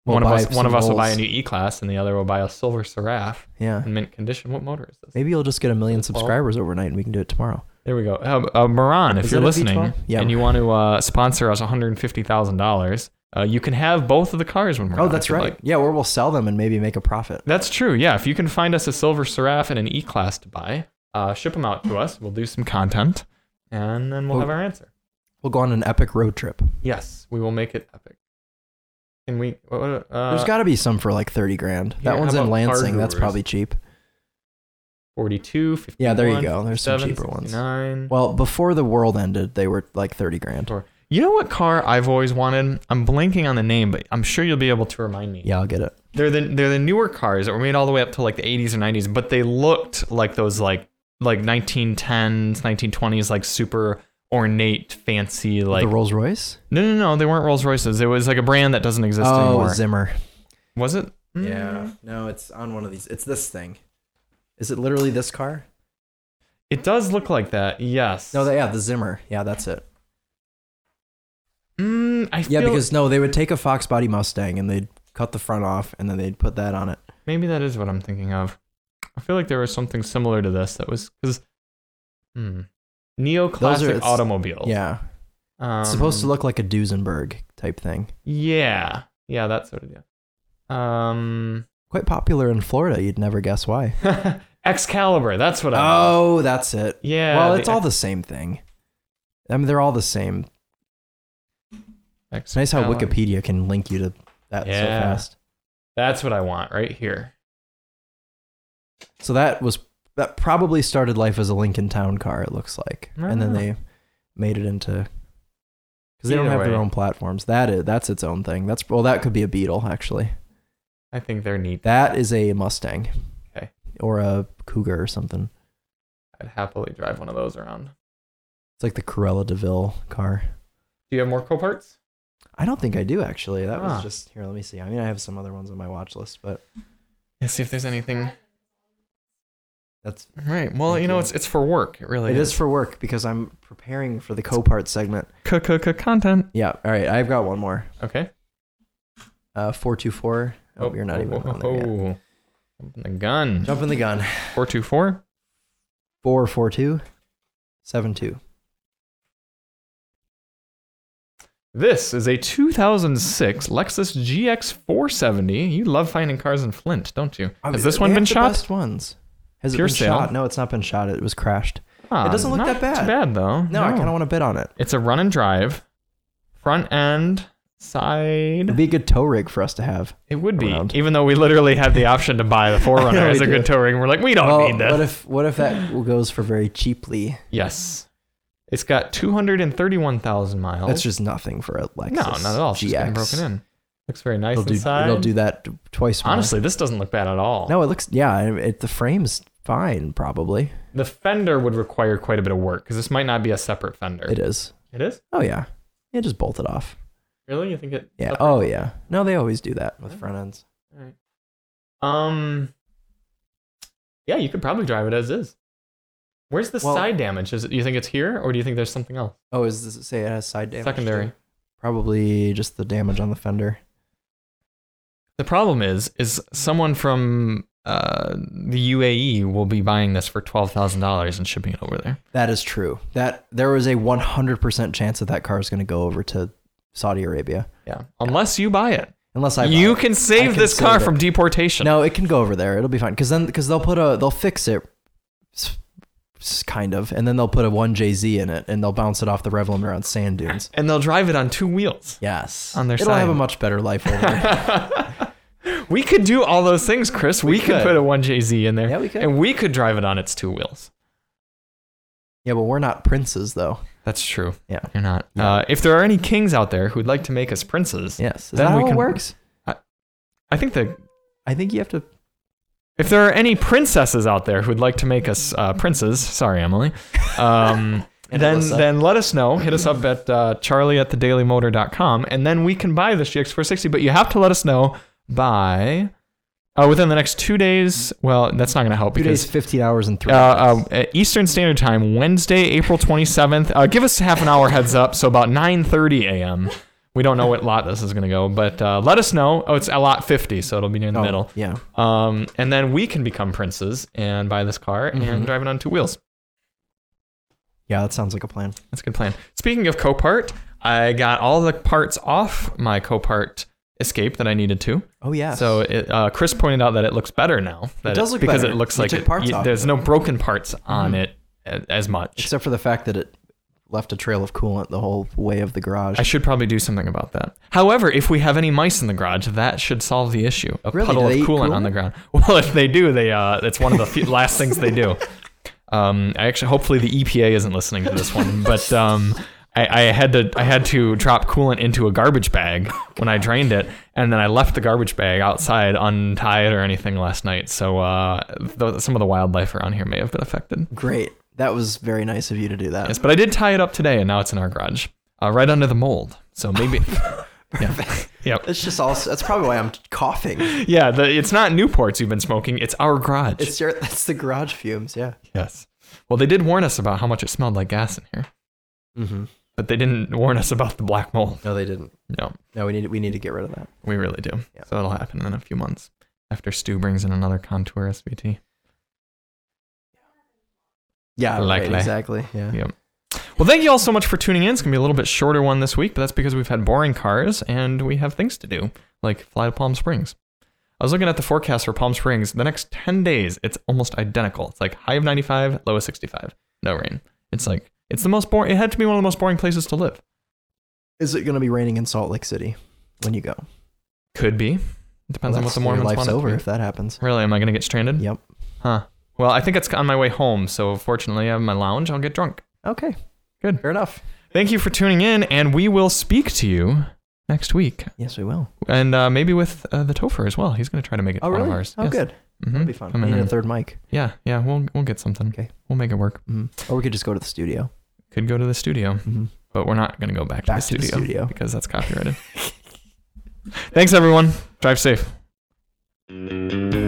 A: We'll
B: one of
A: buy
B: us one
A: some
B: of us will buy a
A: Rolls.
B: new E class and the other will buy a silver Seraph
A: yeah,
B: in mint condition. What motor is this?
A: maybe you'll just get a million
B: Is it twelve?
A: subscribers overnight, and we can do it tomorrow.
B: There we go. Uh, uh, Moran, if
A: Is
B: you're
A: that a
B: listening
A: V12? Yeah.
B: and you want to uh, sponsor us $150,000, uh, you can have both of the cars when we're
A: Oh,
B: done, if
A: that's
B: you'd
A: right.
B: like.
A: Yeah, or we'll sell them and maybe make a profit.
B: That's true. Yeah. If you can find us a silver Seraph and an E Class to buy, uh, ship them out to us. We'll do some content and then we'll
A: Oh.
B: have our answer.
A: We'll go on an epic road trip.
B: Yes, we will make it epic. Can we? what- what, Uh,
A: There's got to be some for like thirty grand.
B: here,
A: that one's
B: how
A: in
B: about Car
A: Lansing. That's
B: Gurus?
A: probably cheap.
B: 42, 51,
A: Yeah, there you go. There's some
B: 57,
A: cheaper ones.
B: 69.
A: Well, before the world ended, they were like thirty grand.
B: You know what car I've always wanted? I'm blanking on the name, but I'm sure you'll be able to remind me.
A: Yeah, I'll get it.
B: they're the they're the newer cars that were made all the way up to like the 80s or 90s, but they looked like those like like 1910s, 1920s, like super ornate, fancy, like
A: the Rolls Royce.
B: no, no, no, they weren't Rolls Royces. It was like a brand that doesn't exist
A: Oh,
B: anymore.
A: Zimmer.
B: was it?
A: Yeah.
B: Mm.
A: No, it's on one of these. It's this thing. Is it literally this car?
B: it does look like that. Yes.
A: No, that, yeah, the Zimmer. Yeah, that's it.
B: Mm, I feel
A: Yeah, because no, they would take a Fox Body Mustang and they'd cut the front off and then they'd put that on it.
B: maybe that is what I'm thinking of. I feel like there was something similar to this that was because hmm, neoclassic
A: it's-
B: automobiles.
A: Yeah.
B: Oh. um,
A: It's supposed to look like a Duesenberg type thing.
B: Yeah, yeah, that's what it is. Um.
A: Quite popular in Florida. You'd never guess why.
B: Excalibur. That's what I. meant.
A: Oh, that's it.
B: uh, yeah.
A: well, it's all the same thing. I mean, they're all the same. It's nice how
B: Excalibur.
A: Wikipedia can link you to that so
B: Yeah.
A: fast.
B: That's what I want right here.
A: So that was that probably started life as a Lincoln Town car. It looks like, and then
B: Ah.
A: they made it into because they don't
B: Either
A: have their
B: way.
A: own platforms. That is that's its own thing. That's well, that could be a Beetle actually.
B: I think they're neat.
A: That is a Mustang.
B: Okay.
A: Or a Cougar or something.
B: I'd happily drive one of those around.
A: It's like the Corella Deville car.
B: Do you have more Coparts?
A: I don't think I do actually. That
B: Huh.
A: was just here. Let me see. I mean, I have some other ones on my watch list, but
B: Let's see if there's anything.
A: that's
B: All right. Well,
A: Thank
B: you know,
A: you.
B: it's it's for work. It really
A: it is for work because I'm preparing for the Copart segment.
B: for content.
A: Yeah. All right. I've got one more.
B: Okay.
A: Uh, four two four. Oh, you're not even on there yet.
B: oh. Jumping the gun.
A: Jumping the gun.
B: Four two four.
A: Four four two, seven two.
B: This is a 2006 Lexus GX 470. You love finding cars in Flint, don't you? Has this
A: They
B: one
A: have
B: been
A: the
B: shot?
A: Best ones. Has
B: Pure
A: it been
B: sale?
A: shot? No, it's not been shot. It was crashed.
B: Ah,
A: It doesn't look
B: not
A: that bad.
B: Too bad though.
A: No, I kind of want to bid on it.
B: It's a run and drive, front end,
A: It'd
B: side.
A: be a good tow rig for us to have.
B: It would be,
A: Around.
B: even though we literally had the option to buy the
A: I
B: Forerunner
A: know
B: as
A: we
B: a good
A: did.
B: touring. We're like, we don't
A: well,
B: need this.
A: what if what if that goes for very cheaply?
B: Yes. It's got 231,000 miles.
A: That's just nothing for a Lexus.
B: no, not at all. It's just
A: GX.
B: getting broken in. Looks very nice
A: It'll do,
B: inside.
A: it'll do that t- twice more.
B: Honestly, this doesn't look bad at all.
A: No, it looks yeah. I- It, the frame's fine, probably.
B: The fender would require quite a bit of work because this might not be a separate fender.
A: It is.
B: It is?
A: Oh yeah, yeah. Just bolt it off.
B: Really? You think it?
A: Yeah.
B: separate?
A: Oh yeah. No, they always do that with front ends.
B: Um. Yeah, you could probably drive it as is. Where's the
A: Well-
B: side damage? Is it? Do you think it's here, or do you think there's something else?
A: Oh, is this say it has side damage?
B: Secondary.
A: too? Probably just the damage on the fender.
B: The problem is, is someone from uh, the UAE will be buying this for twelve thousand dollars and shipping it over there.
A: That is true. That there was a 100% chance that that car is going to go over to Saudi Arabia
B: Yeah. Unless you buy it.
A: unless I buy
B: you
A: it.
B: can save
A: I can
B: this
A: save
B: car
A: it.
B: from deportation.
A: No, it can go over there. It'll be fine. Because then, because they'll put a, they'll fix it, s- s- kind of, and then they'll put a one JZ in it, and they'll bounce it off the rev limiter on sand dunes.
B: And they'll drive it on two wheels.
A: Yes,
B: On their
A: it'll have
B: side.
A: a much better life over there.
B: We could do all those things, Chris. We, could.
A: could.
B: put a 1JZ in there.
A: Yeah, we could.
B: And we could drive it on its two wheels.
A: yeah, but we're not princes though.
B: That's true.
A: Yeah.
B: You're not.
A: Yeah.
B: Uh, if there are any kings out there who'd like to make us princes,
A: Yes, is
B: Then
A: that
B: we
A: how
B: can-
A: it works?
B: I think the
A: I think you have to.
B: If there are any princesses out there who'd like to make us uh, princes, sorry, Emily, um,
A: And
B: then
A: Alyssa.
B: then let us know. Hit us up at uh, charlie at thedailymotor.com, and then we can buy this GX460. But you have to let us know by uh, within the next two days. Well, that's not going to help
A: Two days,
B: because.
A: fifteen hours, and three.
B: Uh,
A: hours.
B: uh, at Eastern Standard Time, Wednesday, April 27th. Uh, give us half an hour heads up, so about 9:30 a.m. We don't know what lot this is going to go, but uh, let us know. Oh, it's a lot 50, so it'll be near the
A: Oh,
B: middle.
A: Yeah,
B: Um, and then we can become princes and buy this car and
A: Mhm.
B: drive it on two wheels.
A: yeah, that sounds like a plan.
B: That's a good plan. Speaking of Copart, I got all the parts off my Copart Escape that I needed to.
A: Oh yeah.
B: So it, uh, Chris pointed out that it looks better now. That
A: It does look
B: because
A: better.
B: it looks
A: You
B: like
A: took
B: it-
A: parts
B: you-
A: off. Mm.
B: there's no broken parts on it a- as much.
A: except for the fact that it left a trail of coolant the whole way of the garage.
B: I should probably do something about that. However, if we have any mice in the garage, that should solve the issue. A
A: Really?
B: puddle
A: Do
B: of
A: they eat
B: coolant, on
A: coolant?
B: the ground. Well, if they do, they uh, it's one of the few, last things they do. Um, I actually, hopefully, the EPA isn't listening to this one, but um, I, I had to I had to drop coolant into a garbage bag when I drained it, and then I left the garbage bag outside untied or anything last night. So uh, th- some of the wildlife around here may have been affected.
A: Great. That was very nice of you to do that.
B: Yes, but I did tie it up today, and now it's in our garage, uh, right under the mold. So maybe. yeah. Yep.
A: It's just also that's probably why I'm coughing.
B: Yeah, the, it's not Newports you've been smoking. It's our garage.
A: It's your that's the garage fumes, yeah.
B: yes. Well, they did warn us about how much it smelled like gas in here,
A: Mm-hmm.
B: but they didn't warn us about the black mold.
A: No, they didn't.
B: No,
A: No, we need we need to get rid of that.
B: we really do.
A: Yeah.
B: So it'll happen in a few months after Stu brings in another contour SVT.
A: Yeah,
B: Likely.
A: right, exactly. Yeah.
B: Yep. Well, thank you all so much for tuning in. It's going to be a little bit shorter one this week, but that's because we've had boring cars and we have things to do, like fly to Palm Springs. I was looking at the forecast for Palm Springs. The next 10 days, it's almost identical. It's like high of 95, low of 65. No rain. It's like, it's the most boring. It had to be one of the most boring places to live.
A: Is it going to be raining in Salt Lake City when you go?
B: Could be. Depends
A: Well,
B: on what
A: that's-
B: the Mormons
A: your life's
B: want it to
A: over
B: be.
A: if that happens.
B: Really, am I going to get stranded?
A: Yep.
B: Huh. Well, I think it's on my way home. So fortunately, I have my lounge. I'll get drunk.
A: Okay.
B: Good.
A: Fair enough.
B: Thank you for tuning in, and we will speak to you next week,
A: Yes, we will.
B: and uh, maybe with uh, the Topher as well. He's going to try to make it
A: Oh,
B: one
A: really?
B: of ours.
A: Oh,
B: Yes.
A: good.
B: Mhm.
A: That'll be fun.
B: Come
A: we
B: in
A: need a
B: and-
A: third mic.
B: Yeah, yeah, we'll we'll get something.
A: Okay.
B: we'll make it work.
A: Mhm. Or we could just go to the studio.
B: Could go to the studio,
A: Mhm.
B: but we're not going to go back,
A: Back
B: to, the, studio
A: studio.
B: because that's copyrighted. Thanks everyone. Drive safe.
C: Thank you.